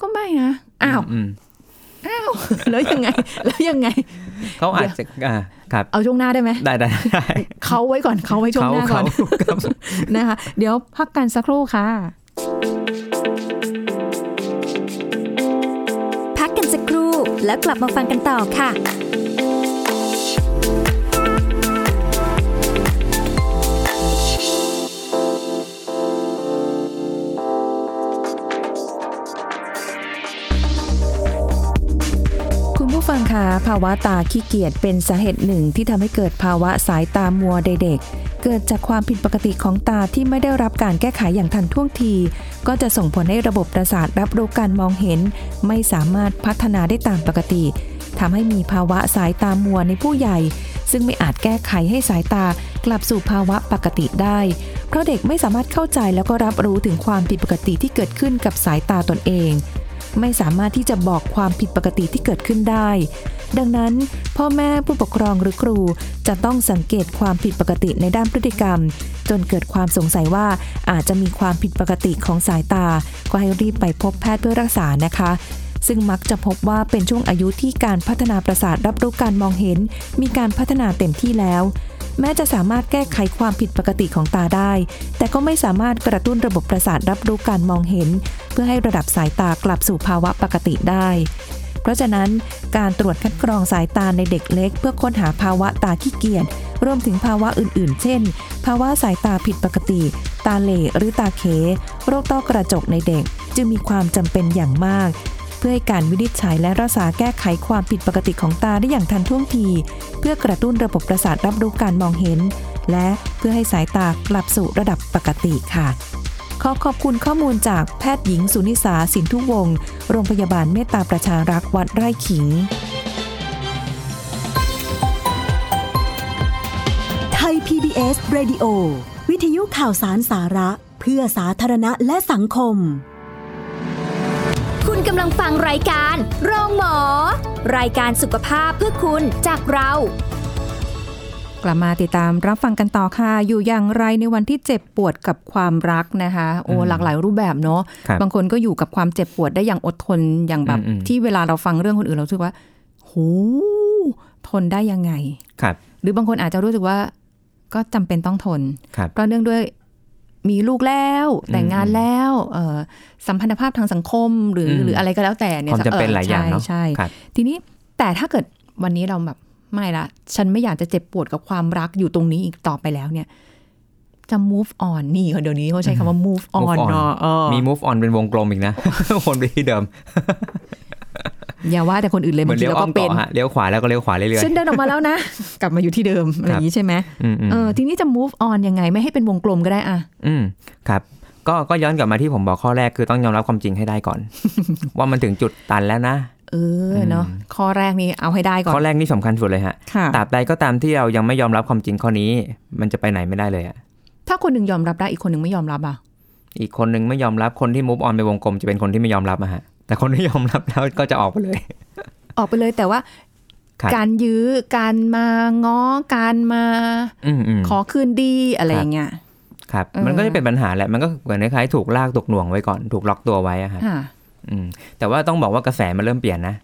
[SPEAKER 1] ก็ไม่นะอ้าว
[SPEAKER 2] ม
[SPEAKER 1] แล้วยังไง แล้วยังไง
[SPEAKER 2] เขาอาจจะอ่าครับ
[SPEAKER 1] เอาช่วงหน้าได้ไหม
[SPEAKER 2] ได้ได้ได้
[SPEAKER 1] เขาไว้ก่อนเขาไว้ช่วง
[SPEAKER 2] เขา
[SPEAKER 1] หน้าก่อ
[SPEAKER 2] เขา
[SPEAKER 1] น
[SPEAKER 2] ครับ
[SPEAKER 1] นะคะ เดี๋ยวพักกันสักครู่ค่ะ
[SPEAKER 4] พักกันสักครู่แล้วกลับมาฟังกันต่อค่ะ
[SPEAKER 3] คุณผู้ฟังคะภาวะตาขี้เกียจเป็นสาเหตุหนึ่งที่ทำให้เกิดภาวะสายตามัวในเด็ก เกิดจากความผิดปกติของตาที่ไม่ได้รับการแก้ไขอย่างทันท่วงที ก็จะส่งผลให้ระบบประสาทรับรู้การมองเห็น ไม่สามารถพัฒนาได้ตามปกติทำให้มีภาวะสายตามัวในผู้ใหญ่ ซึ่งไม่อาจแก้ไขให้สายตากลับสู่ภาวะปกติได้ เพราะเด็กไม่สามารถเข้าใจแล้วก็รับรู้ถึงความผิดปกติที่เกิดขึ้นกับสายตาตนเอง ไม่สามารถที่จะบอกความผิดปกติที่เกิดขึ้นได้ ดังนั้น พ่อแม่ผู้ปกครองหรือครู จะต้องสังเกตความผิดปกติในด้านพฤติกรรม จนเกิดความสงสัยว่าอาจจะมีความผิดปกติของสายตา ก็ให้รีบไปพบแพทย์เพื่อรักษานะคะ ซึ่งมักจะพบว่าเป็นช่วงอายุที่การพัฒนาประสาทรับรู้การมองเห็น มีการพัฒนาเต็มที่แล้ว แม้จะสามารถแก้ไขความผิดปกติของตาได้ แต่ก็ไม่สามารถกระตุ้นระบบประสาทรับรู้การมองเห็น เพื่อให้ระดับสายตากลับสู่ภาวะปกติได้ เพราะฉะนั้นการตรวจคัดกรองสายตาในเด็กเล็ก เพื่อค้นหาภาวะตาขี้เกียจรวมถึงภาวะอื่นๆ เช่น ภาวะสายตาผิดปกติ ตาเหล่หรือตาเข โรคต้อกระจกในเด็ก จึงมีความจำเป็นอย่างมาก เ
[SPEAKER 1] พื่อให้การวินิจฉัยและรักษาแก้ไขความผิดปกติของตาได้อย่างทันท่วงที เพื่อกระตุ้นระบบประสาทรับรู้การมองเห็น และเพื่อให้สายตากลับสู่ระดับปกติค่ะ ขอขอบคุณข้อมูลจากแพทย์หญิงสุนิสาสินทุวงศ์โรงพยาบาลเมตตาประชารักษ์วัดไร่ขิง
[SPEAKER 5] ไทย PBS Radio วิทยุข่าวสารสาระ เพื่อสาธารณะและสังคม
[SPEAKER 4] คุณกำลังฟังรายการ โรงหมอ รายการสุขภาพเพื่อคุณจากเรา
[SPEAKER 1] กลับมาติดตามรับฟังกันต่อค่ะ อยู่อย่างไรในวันที่เจ็บปวดกับความรักนะคะ โอ้
[SPEAKER 2] อืม
[SPEAKER 1] หลากหลายรูปแบบเนาะ
[SPEAKER 2] ครับ
[SPEAKER 1] บางคนก็อยู่กับความเจ็บปวดได้อย่างอดทนอย่างแบบ
[SPEAKER 2] อืมอืม
[SPEAKER 1] ที่เวลาเราฟังเรื่องคนอื่นเรารู้สึกว่าโหทนได้ยังไง
[SPEAKER 2] ครับ
[SPEAKER 1] หรือบางคนอาจจะรู้สึกว่า ก็จำเป็นต้องทน
[SPEAKER 2] ครับ
[SPEAKER 1] ก็เนื่องด้วยมีลูกแล้วแต่งงานแล้วเอ่อสัมพันธภาพทางสังคมหรืออ
[SPEAKER 2] ม
[SPEAKER 1] หรืออะไรก็แล้วแต่เนี่ยว
[SPEAKER 2] คามจำเป็นหลายอย่างเนาะ
[SPEAKER 1] ใช่ใช่
[SPEAKER 2] ครับ
[SPEAKER 1] ทีนี้แต่ถ้าเกิดวันนี้เราแบบไม่ละ ฉันไม่อยากจะเจ็บปวดกับความรักอยู่ตรงนี้อีกต่อไปแล้วเนี่ย จะ move on นี่เดี๋ยวนี้เขาใช้คำว่า move on เนาะเออ
[SPEAKER 2] มี move on เป็นวงกลมอีกนะ วนไปที่เดิม
[SPEAKER 1] อย่าว่าแต่คนอื่นเลย
[SPEAKER 2] เหมื
[SPEAKER 1] บา
[SPEAKER 2] อน
[SPEAKER 1] งที
[SPEAKER 2] เลี้ยว
[SPEAKER 1] เรา
[SPEAKER 2] อ้อ
[SPEAKER 1] ก็
[SPEAKER 2] ม
[SPEAKER 1] เป็
[SPEAKER 2] เกาะ
[SPEAKER 1] น
[SPEAKER 2] ฮะเลี้ยวขวาแล้วก็เลี้ยวขวาเรื่อย
[SPEAKER 1] ฉันเดินออกมาแล้วนะ กลับมาอยู่ที่เดิมอะไรอย่างนี้ใช่ไหม
[SPEAKER 2] ๆอืมอืม
[SPEAKER 1] เออทีนี้จะ move on ยังไงไม่ให้เป็นวงกลมก็ได้อะ
[SPEAKER 2] อืมครับก็ก็ย้อนกลับมาที่ผมบอกข้อแรกคือต้องยอมรับความจริงให้ได้ก่อน ว่ามันถึงจุดตันแล้วนะ
[SPEAKER 1] เออเนาะข้อแรกนี่เอาให้ได้ก่อ
[SPEAKER 2] ข้อน แรกนี่สำคัญสุดเลยฮะ
[SPEAKER 1] ค่ะ
[SPEAKER 2] ตราบใดก็ตามที่เรายังไม่ยอมรับความจริงข้อนี้ มันจะไปไหนไม่ได้เลยอะ
[SPEAKER 1] ถ้าคนหนึ่งยอมรับได้อีกคนหนึ่งไม่ยอมรับอ่ะ
[SPEAKER 2] อีกคนนึงไม่ยอมรับคนที่มุฟออนไปวงกลมจะเป็นคนที่ไม่ยอมรับอะฮะแต่คนที่ยอมรับแล้วก็จะออกไปเลย
[SPEAKER 1] ออกไปเลยแต่ว่า
[SPEAKER 2] ครับ
[SPEAKER 1] การยื้อการมาง้อการมา
[SPEAKER 2] อืมอืม
[SPEAKER 1] ขอคืนดีอะไร
[SPEAKER 2] ค
[SPEAKER 1] อ
[SPEAKER 2] รับ
[SPEAKER 1] ย่างเงี้ย
[SPEAKER 2] ครับ
[SPEAKER 1] เออ
[SPEAKER 2] มันก็จะเป็นปัญหาแหละมันก็เหมือนคล้ายๆถูกลากตกหน่วงไว้ก่อนถูกล็อกตัวไว้อะฮะ
[SPEAKER 1] ค่ะ
[SPEAKER 2] อืมแต่ว่าต้องบอกว่ากระแสมันเริ่มเปลี่ยนนะ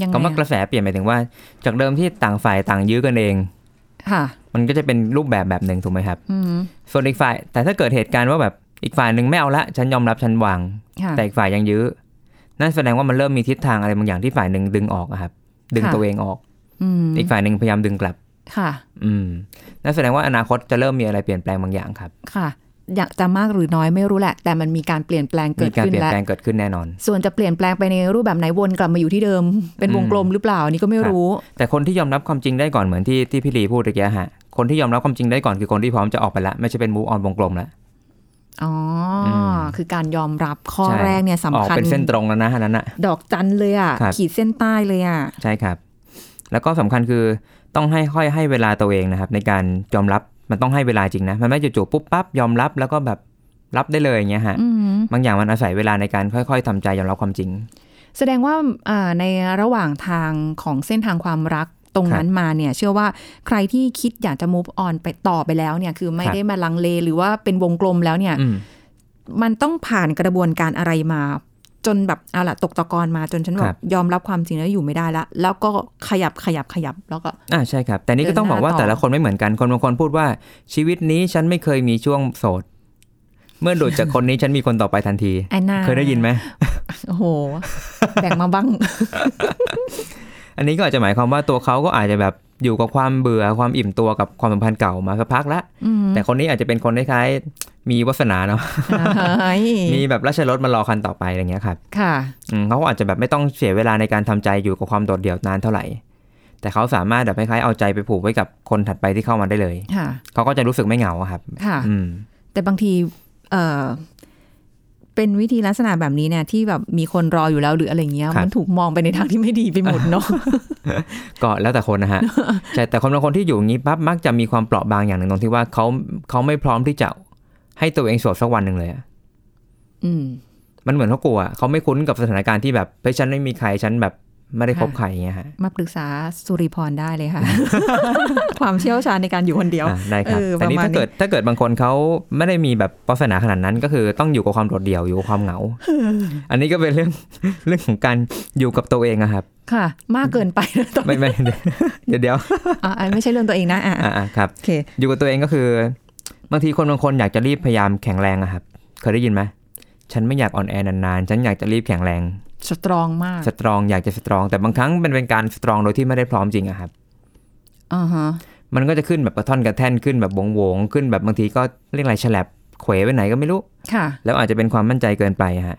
[SPEAKER 1] ยังไง
[SPEAKER 2] คำว่าก
[SPEAKER 1] อะ
[SPEAKER 2] ระแสเปลี่ยนหมายถึงว่า จากเดิมที่ต่างฝ่ายต่างยื้อกันเอง
[SPEAKER 1] ค่ะ
[SPEAKER 2] มันก็จะเป็นรูปแบบแบบหนึ่งถูกไหมครับ
[SPEAKER 1] อืม
[SPEAKER 2] ส่วนอีกฝ่าย แต่ถ้าเกิดเหตุการณ์ว่าแบบอีกฝ่ายหนึ่งไม่เอาละ ฉันยอมรับฉันวาง
[SPEAKER 1] ค่ะ
[SPEAKER 2] แต่อีกฝ่ายยังยื้อ นั่นแสดงว่ามันเริ่มมีทิศทางอะไรบางอย่างที่ฝ่ายหนึ่งดึงออกอะครับ ดึง
[SPEAKER 1] ค่ะ
[SPEAKER 2] ตัวเองออก
[SPEAKER 1] อืม
[SPEAKER 2] อีกฝ่ายหนึ่งพยายามดึงกลับ
[SPEAKER 1] ค่ะ
[SPEAKER 2] อืมนั่นแสดงว่าอนาคตจะเริ่มมีอะไรเปลี่ยนแปลงบางอย่างครับ
[SPEAKER 1] ค่ะ อยากจะมากหรือน้อยไม่รู้แหละ แต่มันมีการเปลี่ยนแปลงเกิ
[SPEAKER 2] มี
[SPEAKER 1] ด
[SPEAKER 2] การ
[SPEAKER 1] ขึ้น
[SPEAKER 2] เปลี่ยน
[SPEAKER 1] แล้ว
[SPEAKER 2] แปลงเกิดขึ้นแน่นอน
[SPEAKER 1] ส่วนจะเปลี่ยนแปลงไปในรูปแบบไหนวนกลับมาอยู่ที่เดิม เป็นวงกลมหรือเปล่าอันนี้ก็ไม่
[SPEAKER 2] ครับ
[SPEAKER 1] รู้
[SPEAKER 2] แต่คนที่ยอมรับความจริงได้ก่อนเหมือนที่ที่พี่ลีพูดตะกี้ฮะ คนที่ยอมรับความจริงได้ก่อนคือคนที่พร้อมจะออกไปละไม่ใช่เป็นมูฟออนวงกลมละ
[SPEAKER 1] อ๋ออ
[SPEAKER 2] ม
[SPEAKER 1] คือการยอมรับข้อ
[SPEAKER 2] ใช่
[SPEAKER 1] แรกเนี่ย
[SPEAKER 2] ออก
[SPEAKER 1] สำคัญ
[SPEAKER 2] เป็นเส้นตรงแล้วนะอันนั้นอะ
[SPEAKER 1] ดอกจันเลยอ่ะ
[SPEAKER 2] ครับ
[SPEAKER 1] ขีดเส้นใต้เลยอ่ะ
[SPEAKER 2] ใช่ครับ แล้วก็สำคัญคือต้องให้ค่อยให้เวลาตัวเองนะครับ ในการยอมรับมันต้องให้เวลาจริงนะ มันไม่จู่ๆปุ๊บปั๊บยอมรับแล้วก็แบบรับได้เลยอย่างเงี้ยฮะ
[SPEAKER 1] อืม
[SPEAKER 2] บางอย่างมันอาศัยเวลาในการค่อยๆทำใจยอมรับความจริง
[SPEAKER 1] แสดงว่าอ่าในระหว่างทางของเส้นทางความรักตรงนั้นมาเนี่ย เชื่อว่าใครที่คิดอยากจะ move on ไปต่อไปแล้วเนี่ย คือไม่
[SPEAKER 2] ครับ
[SPEAKER 1] ได้มาลังเลหรือว่าเป็นวงกลมแล้วเนี่ย
[SPEAKER 2] อืม
[SPEAKER 1] มันต้องผ่านกระบวนการอะไรมา จนแบบเอาละตกตะกอนมาจนฉันแบ
[SPEAKER 2] ครับ บ
[SPEAKER 1] ยอมรับความจริงแล้วอยู่ไม่ได้ละแล้วก็ขยับขยับขยับแล้วก็
[SPEAKER 2] อ่าใช่ครับ แต่นี่ก็ต้องบอกว่า
[SPEAKER 1] เดินหน้าต่อ
[SPEAKER 2] แต่ละคนไม่เหมือนกันคนบางคนพูดว่าชีวิตนี้ฉันไม่เคยมีช่วงโสด เมื่อหลุดจากคนนี้ฉันมีคนต่อไปทันที
[SPEAKER 1] ไอ้หน้า
[SPEAKER 2] เคยได้ยินไหม
[SPEAKER 1] โอ้โห แบ่งมาบ้าง
[SPEAKER 2] อันนี้ก็อาจจะหมายความว่าตัวเขาก็อาจจะแบบอยู่กับความเบื่อความอิ่มตัวกับความสัมพันธ์เก่ามาสักพักละ
[SPEAKER 1] อืม
[SPEAKER 2] แต่คนนี้อาจจะเป็นคนคล้ายๆมีวาสนาเนาะ
[SPEAKER 1] เฮ้ย
[SPEAKER 2] มีแบบราชรถมารอคันต่อไปอะไรเงี้ยครับ
[SPEAKER 1] ค่ะ
[SPEAKER 2] อืมเขาก็อาจจะแบบไม่ต้องเสียเวลาในการทำใจอยู่กับความโดดเดี่ยวนานเท่าไหร่ แต่เขาสามารถแบบคล้ายๆเอาใจไปผูกไว้กับคนถัดไปที่เข้ามาได้เลย
[SPEAKER 1] ค่ะ
[SPEAKER 2] เขาก็จะรู้สึกไม่เหงาอะครับ
[SPEAKER 1] ค่ะ
[SPEAKER 2] อืม
[SPEAKER 1] แต่บางทีเออเป็นวิธีลักษณะแบบนี้เนี่ยที่แบบมีคนรออยู่แล้วหรืออะไรเงี้ย
[SPEAKER 2] ครับ
[SPEAKER 1] มันถูกมองไปในทางที่ไม่ดีไปหมดเนาะ
[SPEAKER 2] ก็แล้วแต่คนนะ ฮะ ใช่แต่คนบางคนที่อยู่อย่างนี้ปั๊บมักจะมีความเปราะบางอย่างหนึ่งตรงที่ว่าเขาเขาไม่พร้อมที่จะให้ตัวเองโสดสักวันหนึ่งเลยอะ
[SPEAKER 1] อืม
[SPEAKER 2] มันเหมือนเขากลัวเขาไม่คุ้นกับสถานการณ์ที่แบบเฮ้ยฉันไม่มีใครฉันแบบไม่ได้คบ
[SPEAKER 1] ค่ะ
[SPEAKER 2] ใครอย่างเงี้ยฮะ
[SPEAKER 1] มาปรึกษาสุริพรได้เลย ค่ะ ความเชี่ยวชาญในการอยู่คนเดียว
[SPEAKER 2] อ่ะได้ครับ
[SPEAKER 1] เออ
[SPEAKER 2] แต่นี่
[SPEAKER 1] ประมาณ
[SPEAKER 2] ถ้าเกิดถ้าเกิดบางคนเขาไม่ได้มีแบบปรารถนาขนาดนั้น ก็คือต้องอยู่กับความโดดเดี่ยวอยู่กับความเห งา อันนี้ก็เป็นเรื่อง เรื่องของการอยู่กับตัวเองอะครับ
[SPEAKER 1] ค่ะ มากเกินไปนะตอน
[SPEAKER 2] ไม่ไม่เดี๋ยวเดี๋ยว
[SPEAKER 1] อ่ะอ่ะไม่ใช่เรื่องตัวเองนะอ่ะ
[SPEAKER 2] อ่ะอ่ะครับ
[SPEAKER 1] โอเค
[SPEAKER 2] อยู่กับตัวเองก็คือ บางทีคนบางคนอยากจะรีบพยายามแข็งแรงอะครับ เคยได้ยินไหมฉันไม่อยากอ่อนแอนานๆ ฉันอยากจะรีบแข็งแรง
[SPEAKER 1] สตรองมาก
[SPEAKER 2] สตรองอยากจะสตรอง แต่บางครั้งมันเป็นการสตรองโดยที่ไม่ได้พร้อมจริงอะครับ
[SPEAKER 1] อ่าฮะ
[SPEAKER 2] มันก็จะขึ้นแบบกระท่อนกระแท่นขึ้นแบบวงวงๆขึ้นแบบบางทีก็เรียกอะไรฉลับเขวไปไหนก็ไม่รู้
[SPEAKER 1] ค่ะ
[SPEAKER 2] แล้วอาจจะเป็นความมั่นใจเกินไปอะฮะ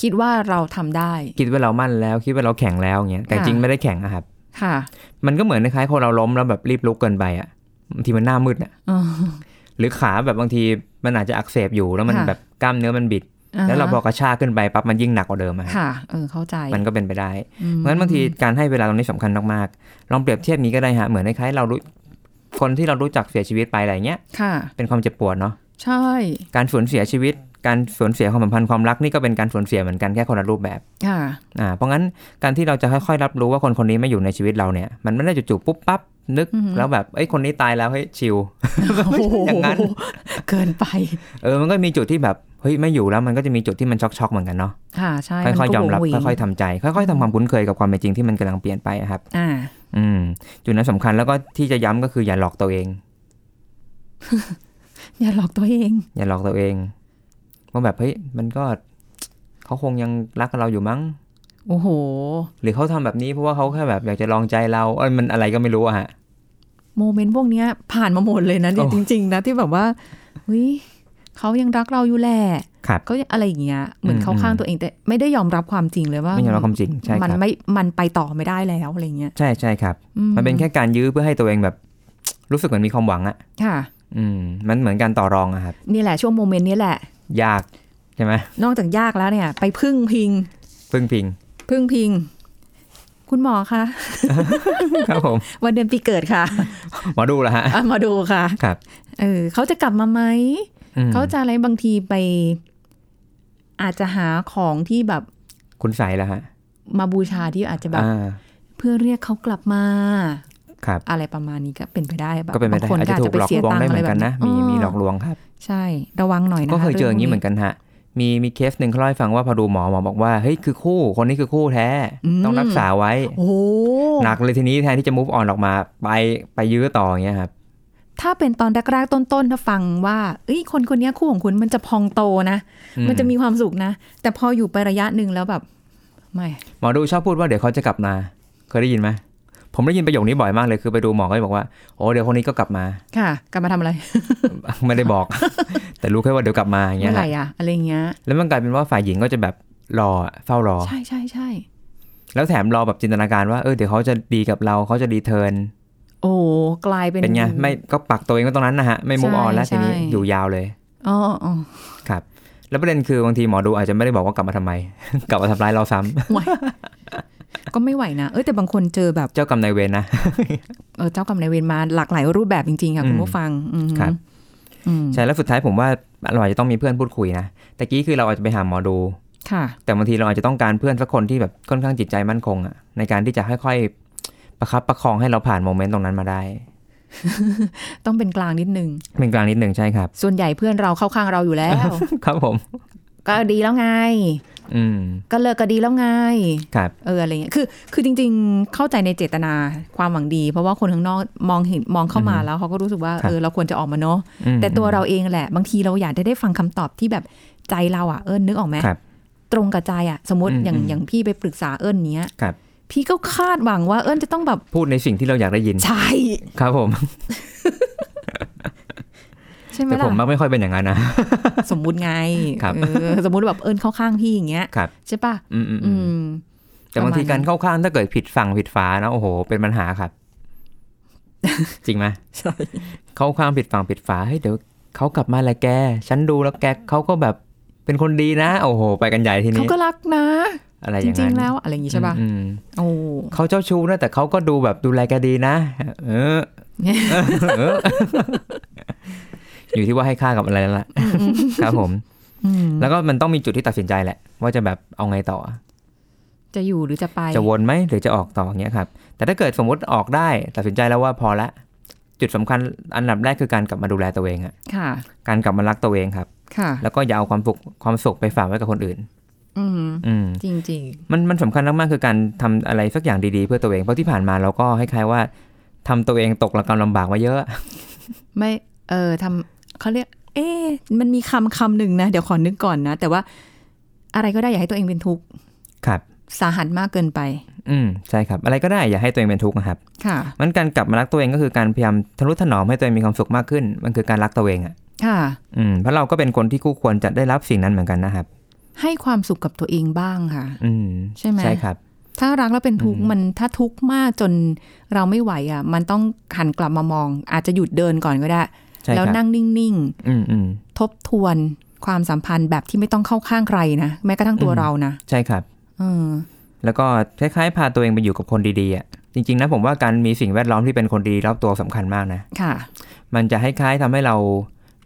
[SPEAKER 1] คิดว่าเราทำได้
[SPEAKER 2] คิดว่าเรามั่นแล้ว คิดว่าเราแข็งแล้วอย่างเงี้ยแต่
[SPEAKER 1] ค่ะ
[SPEAKER 2] จริงไม่ได้แข็งอะครับ
[SPEAKER 1] ค่ะ
[SPEAKER 2] มันก็เหมือนคล้ายๆคนเราล้มแล้วแบบรีบลุกเกินไปอะบางทีมันหน้ามืดอะ
[SPEAKER 1] อ๋อ
[SPEAKER 2] หรือขาแบบบางทีมันอาจจะอักเสบอยู่แล้วมัน
[SPEAKER 1] ค่ะ
[SPEAKER 2] แบบกล้ามเนื้อมันบิด แล้วเราพอกระชากขึ้นไปปั๊บมันยิ่งหนักกว่าเดิมอะฮะ
[SPEAKER 1] ค่ะเออเข้าใจ
[SPEAKER 2] มันก็เป็นไปได้
[SPEAKER 1] อืม
[SPEAKER 2] เพราะฉะนั้นบางทีการให้เวลาตรงนี้สำคัญมากๆ ลองเปรียบเทียบนี้ก็ได้ฮะ เหมือนคล้ายๆเรารู้คนที่เรารู้จักเสียชีวิตไปอะไรเงี้ย
[SPEAKER 1] ค่ะ
[SPEAKER 2] เป็นความเจ็บปวดเนาะ
[SPEAKER 1] ใช่
[SPEAKER 2] การสูญเสียชีวิต การสูญเสียความสัมพันธ์ความรักนี่ก็เป็นการสูญเสียเหมือนกันแค่คนละรูปแบบ
[SPEAKER 1] ค่ะ
[SPEAKER 2] อ่า เพราะงั้นการที่เราจะค่อยๆรับรู้ว่าคนคนนี้ไม่อยู่ในชีวิตเราเนี่ย มันไม่ได้จู่ๆปุ๊บปั๊บนึก
[SPEAKER 1] อือหือ
[SPEAKER 2] แล้วแบบ เอ้ยคนนี้ตายแล้วเฮ้ยชิล อย่างนั้น
[SPEAKER 1] โโหเกินไป
[SPEAKER 2] เออ มันก็มีจุดที่แบบ เฮ้ยไม่อยู่แล้วมันก็จะมีจุดที่มันช็อกๆเหมือนกันเนาะ
[SPEAKER 1] ค่ะใช่
[SPEAKER 2] ค่อยๆยอมรับ
[SPEAKER 1] นก็หวงหวิง
[SPEAKER 2] ค่อยๆทำใจ ค่อยๆทำความคุ้นเคยกับความเป็นจริงที่มันกำลังเปลี่ยนไปอะครับ
[SPEAKER 1] อ่า
[SPEAKER 2] อืมจุดนั้นสำคัญแล้วก็ที่จะย้ำก็คืออย่าหลอกตัวเอง
[SPEAKER 1] อย่าหลอกตัวเอง
[SPEAKER 2] อย่าหลอกตัวเองว่าแบบเฮ้ยมันก็ เขาคงยังรักกับเราอยู่มั้ง
[SPEAKER 1] โอ้โห
[SPEAKER 2] หรือเขาทำแบบนี้เพราะว่าเขาแค่แบบอยากจะลองใจเราเอ้ยมันอะไรก็ไม่รู้อะฮะ
[SPEAKER 1] โมเมนต์พวกเนี้ย ผ่านมาหมดเลยนะ
[SPEAKER 2] โอ้
[SPEAKER 1] จริง ๆ นะที่แบบว่าเฮ้ยเขายังรักเราอยู่แหละ
[SPEAKER 2] ครับ
[SPEAKER 1] เขายังอะไรอย่างเงี้ยเหมือน
[SPEAKER 2] อืม
[SPEAKER 1] เขาข้างตัวเองแต่ไม่ได้ยอมรับความจริงเลยว่า
[SPEAKER 2] ไม่ยอมรับความจริงใช่ครับ
[SPEAKER 1] มันไม่มันไปต่อไม่ได้แล้วอะไรเงี้ย
[SPEAKER 2] ใช่ใช่ครับ
[SPEAKER 1] อื
[SPEAKER 2] มันเป็นแค่การยื้อเพื่อให้ตัวเองแบบ รู้สึกเหมือนมีความหวังอะ
[SPEAKER 1] ค่ะ
[SPEAKER 2] อืม มันเหมือนการต่อรองอะครับ
[SPEAKER 1] นี่แหละช่วงโมเมนต์นี้แหละ
[SPEAKER 2] ยากใช่ไหม
[SPEAKER 1] นอกจากยากแล้วเนี่ย ไปพึ่งพิง
[SPEAKER 2] พึ่งพิง
[SPEAKER 1] พึ่งพิง คุณหมอคะ
[SPEAKER 2] ครับผม
[SPEAKER 1] วันเดือนปีเกิดค่ะ
[SPEAKER 2] หมอดูละฮะ
[SPEAKER 1] อ่ะมาดูค่ะ
[SPEAKER 2] ครับ
[SPEAKER 1] เออเขาจะกลับมาไหม
[SPEAKER 2] อืม
[SPEAKER 1] เขาจะอะไรบางทีไป อาจจะหาของที่แบบ
[SPEAKER 2] คุณใสละฮะ
[SPEAKER 1] มาบูชาที่อาจจะแบบ
[SPEAKER 2] อ่า
[SPEAKER 1] เพื่อเรียกเขากลับมา
[SPEAKER 2] ครับ
[SPEAKER 1] อะไรประมาณนี้ก็เป็นไปได้แบบ
[SPEAKER 2] ก็เป็นไปได้
[SPEAKER 1] บางคน
[SPEAKER 2] อาจจะ
[SPEAKER 1] ก็อาจ
[SPEAKER 2] ถู
[SPEAKER 1] จะ
[SPEAKER 2] ก
[SPEAKER 1] ไป
[SPEAKER 2] หลอก
[SPEAKER 1] เสีย
[SPEAKER 2] ลวง
[SPEAKER 1] ตัง
[SPEAKER 2] ได้
[SPEAKER 1] ค์
[SPEAKER 2] เห
[SPEAKER 1] อะ
[SPEAKER 2] มื
[SPEAKER 1] ไรแบ
[SPEAKER 2] อนกับ นนะ มีมีหลอกลวงครับ
[SPEAKER 1] ใช่ ระวังหน่อยนะ
[SPEAKER 2] ก็เคยเจออย่างนี้เหมือนกันฮะ มีมีเคสหนึ่งเขาเล่าให้ฟังว่าพอดูหมอหมอบอกว่าเฮ้ยคือคู่คนนี้คือคู่แท้ ต้องรักษาไว้
[SPEAKER 1] โอ้โห
[SPEAKER 2] หนักเลยทีนี้แทนที่จะ move on ออกมาไปไปยื้อต่ออย่างเงี้ยครับ
[SPEAKER 1] ถ้าเป็นตอนแรกๆต้นๆถ้าฟังว่าเอ้ยคนคนเนี้ยคู่ของคุณมันจะพองโตนะ
[SPEAKER 2] อืม
[SPEAKER 1] มันจะมีความสุขนะ แต่พออยู่ไประยะหนึ่งแล้วแบบ ไม่
[SPEAKER 2] หมอดูชอบพูดว่าเดี๋ยวเขาจะกลับมา เคยได้ยินไหมผมได้ยินประโยคนี้บ่อยมากเลยคือไปดูหมอก็จะบอกว่าโอ้เดี๋ยวคนนี้ก็กลับมา
[SPEAKER 1] ค่ะ กลับมาทำอะไร
[SPEAKER 2] ไม่ได้บอก แต่รู้แค่ว่าเดี๋ยวกลับมาอย่างเงี้
[SPEAKER 1] เมื่
[SPEAKER 2] ย
[SPEAKER 1] อไห
[SPEAKER 2] ฮะ
[SPEAKER 1] ร่อะอะไรเงี้ย
[SPEAKER 2] แล้วมันกลายเป็นว่าฝ่ายหญิงก็จะแบบรอเฝ้ารอ
[SPEAKER 1] ใช่ใช่ใช่
[SPEAKER 2] แล้วแถมรอแบบจินตนาการว่าเออเดี๋ยวเขาจะดีกับเราเขาจะดีเทิร์น
[SPEAKER 1] โอ้กลายเป็น
[SPEAKER 2] เป็นไงไม่ก็ปักตัวเองไว้ตรงนั้นนะฮะไม่ move on แล้ว
[SPEAKER 1] ใช่
[SPEAKER 2] ทีนี้
[SPEAKER 1] ใช่
[SPEAKER 2] อยู่ยาวเลย
[SPEAKER 1] อ๋ออ๋อ
[SPEAKER 2] ครับแล้วประเด็นคือบางทีหมอดูอาจจะไม่ได้บอกว่ากลับมาทำ ไม กลับมาทำร้ายเราซ้ำ
[SPEAKER 1] ก็ไม่ไหวนะ เอ้ยแต่บางคนเจอแบบ
[SPEAKER 2] เจ้ากรรมนายเวรนะ
[SPEAKER 1] เออเจ้ากรรมนายเวรมาหลากหลายรูปแบบจริงๆค่ะคุณ
[SPEAKER 2] อืม
[SPEAKER 1] ผู้ฟังอืม
[SPEAKER 2] ครับ
[SPEAKER 1] อืม
[SPEAKER 2] ใช่แล้วสุดท้ายผมว่าเราอาจจะต้องมีเพื่อนพูดคุยนะตะกี้คือเราอาจจะไปหาหมอดู
[SPEAKER 1] ค่ะ
[SPEAKER 2] แต่บางทีเราอาจจะต้องการเพื่อนสักคนที่แบบค่อนข้างจิตใจมั่นคงอะในการที่จะค่อยๆประคับประคองให้เราผ่านโมเมนต์ตรงนั้นมาได้
[SPEAKER 1] ต้องเป็นกลางนิดนึง
[SPEAKER 2] เป็นกลางนิดหนึ่งใช่ครับ
[SPEAKER 1] ส่วนใหญ่เพื่อนเราเข้าข้างเราอยู่แล้ว
[SPEAKER 2] ครับผม
[SPEAKER 1] ก็ดีแล้วไง
[SPEAKER 2] อืม
[SPEAKER 1] ก็เลิกก็ดีแล้วไง
[SPEAKER 2] ครับ
[SPEAKER 1] เอออะไรเงี้ยคือ คือจริง ๆ เข้าใจในเจตนาความหวังดี เพราะว่าคนข้างนอกมองเห็นมองเข้ามา
[SPEAKER 2] อือฮึ
[SPEAKER 1] แล้วเขาก็รู้สึกว่า
[SPEAKER 2] ครับ
[SPEAKER 1] เออเราควรจะออกมาเนาะ
[SPEAKER 2] อืม
[SPEAKER 1] แต่ตัวเราเองแหละ บางทีเราอยากจะได้ฟังคำตอบที่แบบใจเราอ่ะเอิญนึกออกไหม
[SPEAKER 2] ครับ
[SPEAKER 1] ตรงกับใจอ่ะสมมติ
[SPEAKER 2] อืม
[SPEAKER 1] อย่าง
[SPEAKER 2] อืม
[SPEAKER 1] อย่างพี่ไปปรึกษาเอิญเนี้ย
[SPEAKER 2] ครับ
[SPEAKER 1] พี่ก็คาดหวังว่าเอิญจะต้องแบบ
[SPEAKER 2] พูดในสิ่งที่เราอยากได้ยิน
[SPEAKER 1] ใช่
[SPEAKER 2] ครับผม
[SPEAKER 1] ใช่ไหม
[SPEAKER 2] แต่ผมมั
[SPEAKER 1] ล่ะ
[SPEAKER 2] กไม่ค่อยเป็นอย่างนั้นนะ
[SPEAKER 1] สมมุติไง
[SPEAKER 2] ครับ
[SPEAKER 1] เออสมมุติแบบเอิญเข้าข้างพี่อย่างเงี้ย
[SPEAKER 2] ครับ
[SPEAKER 1] ใช่ป่ะ
[SPEAKER 2] อืมอืมอื
[SPEAKER 1] อื
[SPEAKER 2] ม
[SPEAKER 1] ม
[SPEAKER 2] แต่บางที
[SPEAKER 1] ประมาณนั้น
[SPEAKER 2] การเข้าข้างถ้าเกิดผิดฝั่งผิดฝานะโอ้โห เป็นปัญหา ครับ จริงไหม
[SPEAKER 1] ใช่
[SPEAKER 2] เข้าข้างผิดฝั่งผิดฝาเฮ้ยเดี๋ยวเขากลับมาแหละแก ฉันดูแล้วแกเขาก็แบบเป็นคนดีนะโอ้โห ไปกันใหญ่ที
[SPEAKER 1] เขา
[SPEAKER 2] นี้
[SPEAKER 1] ก็รักนะ
[SPEAKER 2] อะไรอ
[SPEAKER 1] จ
[SPEAKER 2] ย่างนั้น
[SPEAKER 1] ริง ๆ แล้วอะไรอย่างงี้ใช่ป่ะ
[SPEAKER 2] อืมอืม
[SPEAKER 1] โอ้
[SPEAKER 2] เขาเจ้าชู้นะแต่เขาก็ดูแบบดูแลแกดีนะ เออเอ อ อยู่ที่ว่าให้ค่ากับอะไรแล้วล่ะครับผม
[SPEAKER 1] อืม
[SPEAKER 2] แล้วก็มันต้องมีจุดที่ตัดสินใจแหละ ว่าจะแบบเอาไงต่อ
[SPEAKER 1] จะอยู่หรือจะไป
[SPEAKER 2] จะวนไหมหรือจะออกต่ออย่างเงี้ยครับ แต่ถ้าเกิดสมมติออกได้ตัดสินใจแล้วว่าพอละ จุดสำคัญอันดับแรกคือการกลับมาดูแลตัวเองอะ
[SPEAKER 1] ค่ะ
[SPEAKER 2] การกลับมารักตัวเองครับ
[SPEAKER 1] ค่ะ
[SPEAKER 2] แล้วก็อย่าเอาความสุขความสุขไปฝากไว้กับคนอื่น
[SPEAKER 1] อืม
[SPEAKER 2] อืม
[SPEAKER 1] จริง
[SPEAKER 2] มันมันสำคัญมากๆคือการทำอะไรสักอย่างดีๆเพื่อตัวเองเพราะที่ผ่านมาเราก็คล้ายๆว่าทำตัวเองตกระกำลำบากมาเยอะ
[SPEAKER 1] ๆ ไม่เออทำเขาเรียก เอ๊ะมันมีคำคำหนึ่งนะ เดี๋ยวขอนึกก่อนนะ แต่ว่าอะไรก็ได้อย่าให้ตัวเองเป็นทุกข์
[SPEAKER 2] ครับ
[SPEAKER 1] สาหัสมากเกินไป
[SPEAKER 2] อืมใช่ครับ อะไรก็ได้อย่าให้ตัวเองเป็นทุกข์นะครับ
[SPEAKER 1] ค่ะ
[SPEAKER 2] มันการกลับมารักตัวเองก็คือการพยายามทะนุถนอมให้ตัวเองมีความสุขมากขึ้น มันคือการรักตัวเองอ่ะ
[SPEAKER 1] ค่ะ
[SPEAKER 2] อืมเพราะเราก็เป็นคนที่คู่ควรจะได้รับสิ่งนั้นเหมือนกันนะครับ
[SPEAKER 1] ให้ความสุขกับตัวเองบ้างค่ะ
[SPEAKER 2] อืม
[SPEAKER 1] ใช่ไหม
[SPEAKER 2] ใช่ครับ
[SPEAKER 1] ถ้ารักแล้วเป็นทุกข์
[SPEAKER 2] อืม
[SPEAKER 1] มันถ้าทุกข์มากจนเราไม่ไหวอ่ะ มันต้องหันกลับมามอง อาจจะหยุดเดินก่อนก็ได้
[SPEAKER 2] ใช่
[SPEAKER 1] แล้ว
[SPEAKER 2] ครับ
[SPEAKER 1] นั่งนิ่ง
[SPEAKER 2] อืมอืม
[SPEAKER 1] ๆ ทบทวนความสัมพันธ์แบบที่ไม่ต้องเข้าข้างใครนะแม้กระทั่งตัว
[SPEAKER 2] อืม
[SPEAKER 1] เรานะ
[SPEAKER 2] ใช่ครับ
[SPEAKER 1] เออ
[SPEAKER 2] แล้วก็คล้ายๆ พาตัวเองไปอยู่กับคนดีๆอ่ะจริง ๆ นะผมว่าการมีสิ่งแวดล้อมที่เป็นคนดีรอบตัวสำคัญมากนะ
[SPEAKER 1] ค่ะ
[SPEAKER 2] มันจะให้คล้ายๆทำให้เรา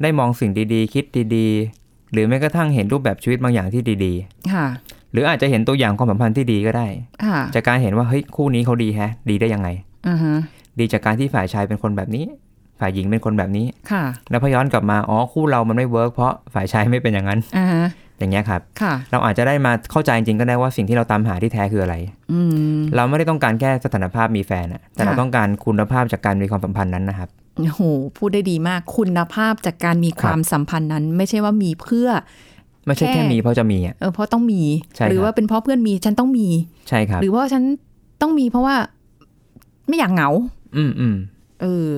[SPEAKER 2] ได้มองสิ่งดีๆ คิดดีๆ หรือแม้กระทั่งเห็นรูปแบบชีวิตบางอย่างที่ดี
[SPEAKER 1] ค่ะ
[SPEAKER 2] ๆ หรืออาจจะเห็นตัวอย่างความสัมพันธ์ที่ดีก็ได้
[SPEAKER 1] ค่ะ
[SPEAKER 2] จากการเห็นว่าเฮ้ยคู่นี้เขาดีแฮะ ดีได้ยังไง
[SPEAKER 1] อ่าฮะ
[SPEAKER 2] ดีจากการที่ฝ่ายชายเป็นคนแบบนี้ ฝ่ายหญิงเป็นคนแบบนี้
[SPEAKER 1] ค่ะ
[SPEAKER 2] แล้วพอย้อนกลับมาอ๋อคู่เรามันไม่เวิร์กเพราะฝ่ายชายไม่เป็นอย่างนั้น
[SPEAKER 1] อ่าฮะ
[SPEAKER 2] อย่างเงี้ยครับ
[SPEAKER 1] ค่ะ
[SPEAKER 2] เราอาจจะได้มาเข้าใจจริงๆก็ได้ว่าสิ่งที่เราตามหาที่แท้คืออะไร
[SPEAKER 1] อืม
[SPEAKER 2] เราไม่ได้ต้องการแค่สถานภาพมีแฟนอะแต่เรา
[SPEAKER 1] ค่ะ
[SPEAKER 2] ต้องการคุณภาพจากการมีความสัมพันธ์นั้นนะครับ
[SPEAKER 1] โอ้โห พูดได้ดีมาก คุณภาพจากการมีความสัมพันธ์นั้น ไม่ใช่ว่ามีเพื่อ
[SPEAKER 2] ไม่ใช่
[SPEAKER 1] แค่
[SPEAKER 2] แค่มีเพราะจะมีอ่ะ
[SPEAKER 1] เออเพราะต้องมี
[SPEAKER 2] ใช่ครับ
[SPEAKER 1] หรือว่าเป็นเพราะเพื่อนมีฉันต้องมี
[SPEAKER 2] ใช่ครับ
[SPEAKER 1] หรือว่าฉันต้องมีเพราะว่าไม่อยากเหงา
[SPEAKER 2] อืมอืม
[SPEAKER 1] เออ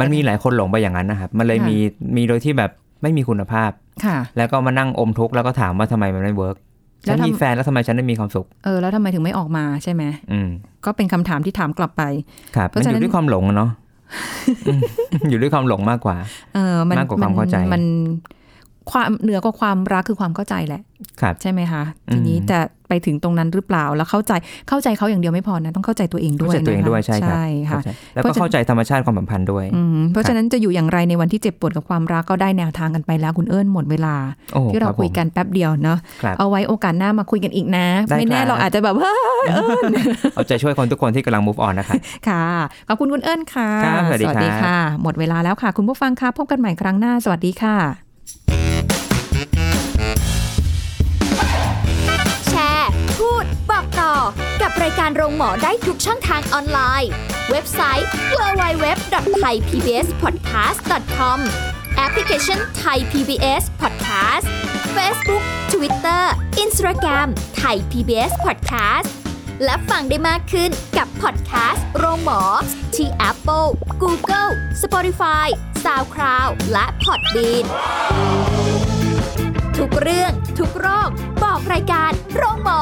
[SPEAKER 2] มันมีหลายคนหลงไปอย่างนั้นนะครับ มันเลย
[SPEAKER 1] ค่ะ
[SPEAKER 2] มีมีโดยที่แบบไม่มีคุณภาพ
[SPEAKER 1] ค่ะ
[SPEAKER 2] แล้วก็มานั่งอมทุกข์แล้วก็ถามว่าทำไมมันไม่เวิร์ก
[SPEAKER 1] แล้
[SPEAKER 2] ฉั
[SPEAKER 1] วน ทำ
[SPEAKER 2] มีแฟนแล้วทำไมฉันไม่มีความสุข
[SPEAKER 1] เออ แล้วทำไมถึงไม่ออกมาใช่ไหม
[SPEAKER 2] อืม
[SPEAKER 1] ก็เป็นคำถามที่ถามกลับไป
[SPEAKER 2] ครับ
[SPEAKER 1] เพ
[SPEAKER 2] มั
[SPEAKER 1] ราะ
[SPEAKER 2] น
[SPEAKER 1] ฉะ
[SPEAKER 2] อ
[SPEAKER 1] นั้น
[SPEAKER 2] ยู่ด้วยความหลงอะ เนาะอืมอยู่ด้วยความหลงมากกว่า
[SPEAKER 1] เออ มัน
[SPEAKER 2] มากกว่าความเข้าใจ
[SPEAKER 1] นนความเหนือกว่าความรักคือความเข้าใจแหละ
[SPEAKER 2] ครับ
[SPEAKER 1] ใช่ไหมคะ
[SPEAKER 2] อืม
[SPEAKER 1] ทีนี้จะไปถึงตรงนั้นหรือเปล่า แล้วเข้าใจ เข้าใจเขาอย่างเดียวไม่พอนะ ต้องเข้าใจตัวเองด้
[SPEAKER 2] เข้า
[SPEAKER 1] วย
[SPEAKER 2] ใจตัวเอง
[SPEAKER 1] นะคะ
[SPEAKER 2] ด้วยใช่ครับ
[SPEAKER 1] ใช่ค่ะ
[SPEAKER 2] เข้าใจแล้วก็เข้าใจธรรมชาติความสัมพันธ์ด้วย
[SPEAKER 1] อืมเพราะฉะนั้นจะอยู่อย่างไรในวันที่เจ็บปวดกับความรักก็ได้แนวทางกันไปแล้วคุณเอิญหมดเวลา
[SPEAKER 2] โอ้
[SPEAKER 1] ที่
[SPEAKER 2] ค
[SPEAKER 1] เรา
[SPEAKER 2] รับผ
[SPEAKER 1] คุย
[SPEAKER 2] ม
[SPEAKER 1] กันแป๊บเดียวเนาะ
[SPEAKER 2] ครับ
[SPEAKER 1] เอาไว้โอกาสหน้ามาคุยกันอีกนะ
[SPEAKER 2] ได้
[SPEAKER 1] ไม่แน่
[SPEAKER 2] ครับ
[SPEAKER 1] เราอาจจะแบบว่า
[SPEAKER 2] เอาใจช่วยคนทุกคนที่กำลัง move on นะครับ
[SPEAKER 1] ค่ะขอบคุณคุณเอิญค่ะ
[SPEAKER 2] ครับสวัสดีครับ
[SPEAKER 1] ค่ะ หมดเวลาแล้วค่ะ คุณผู้ฟังค่ะพบกันใหม่ครั้งหน้า สวัสดีค่ะ
[SPEAKER 4] แชร์ พูด บอกต่อ กับรายการโรงหมอได้ทุกช่องทางออนไลน์ เว็บไซต์ www.thaipbspodcast.com แอปพลิเคชัน Thai PBS Podcast Facebook Twitter Instagram Thai PBS Podcast และฟังได้มากขึ้นกับพอดแคสต์โรงหมอ ที่ Apple, Google, Spotify, SoundCloud และ Podbean ทุกเรื่องทุกโรค บอกรายการโรงหมอ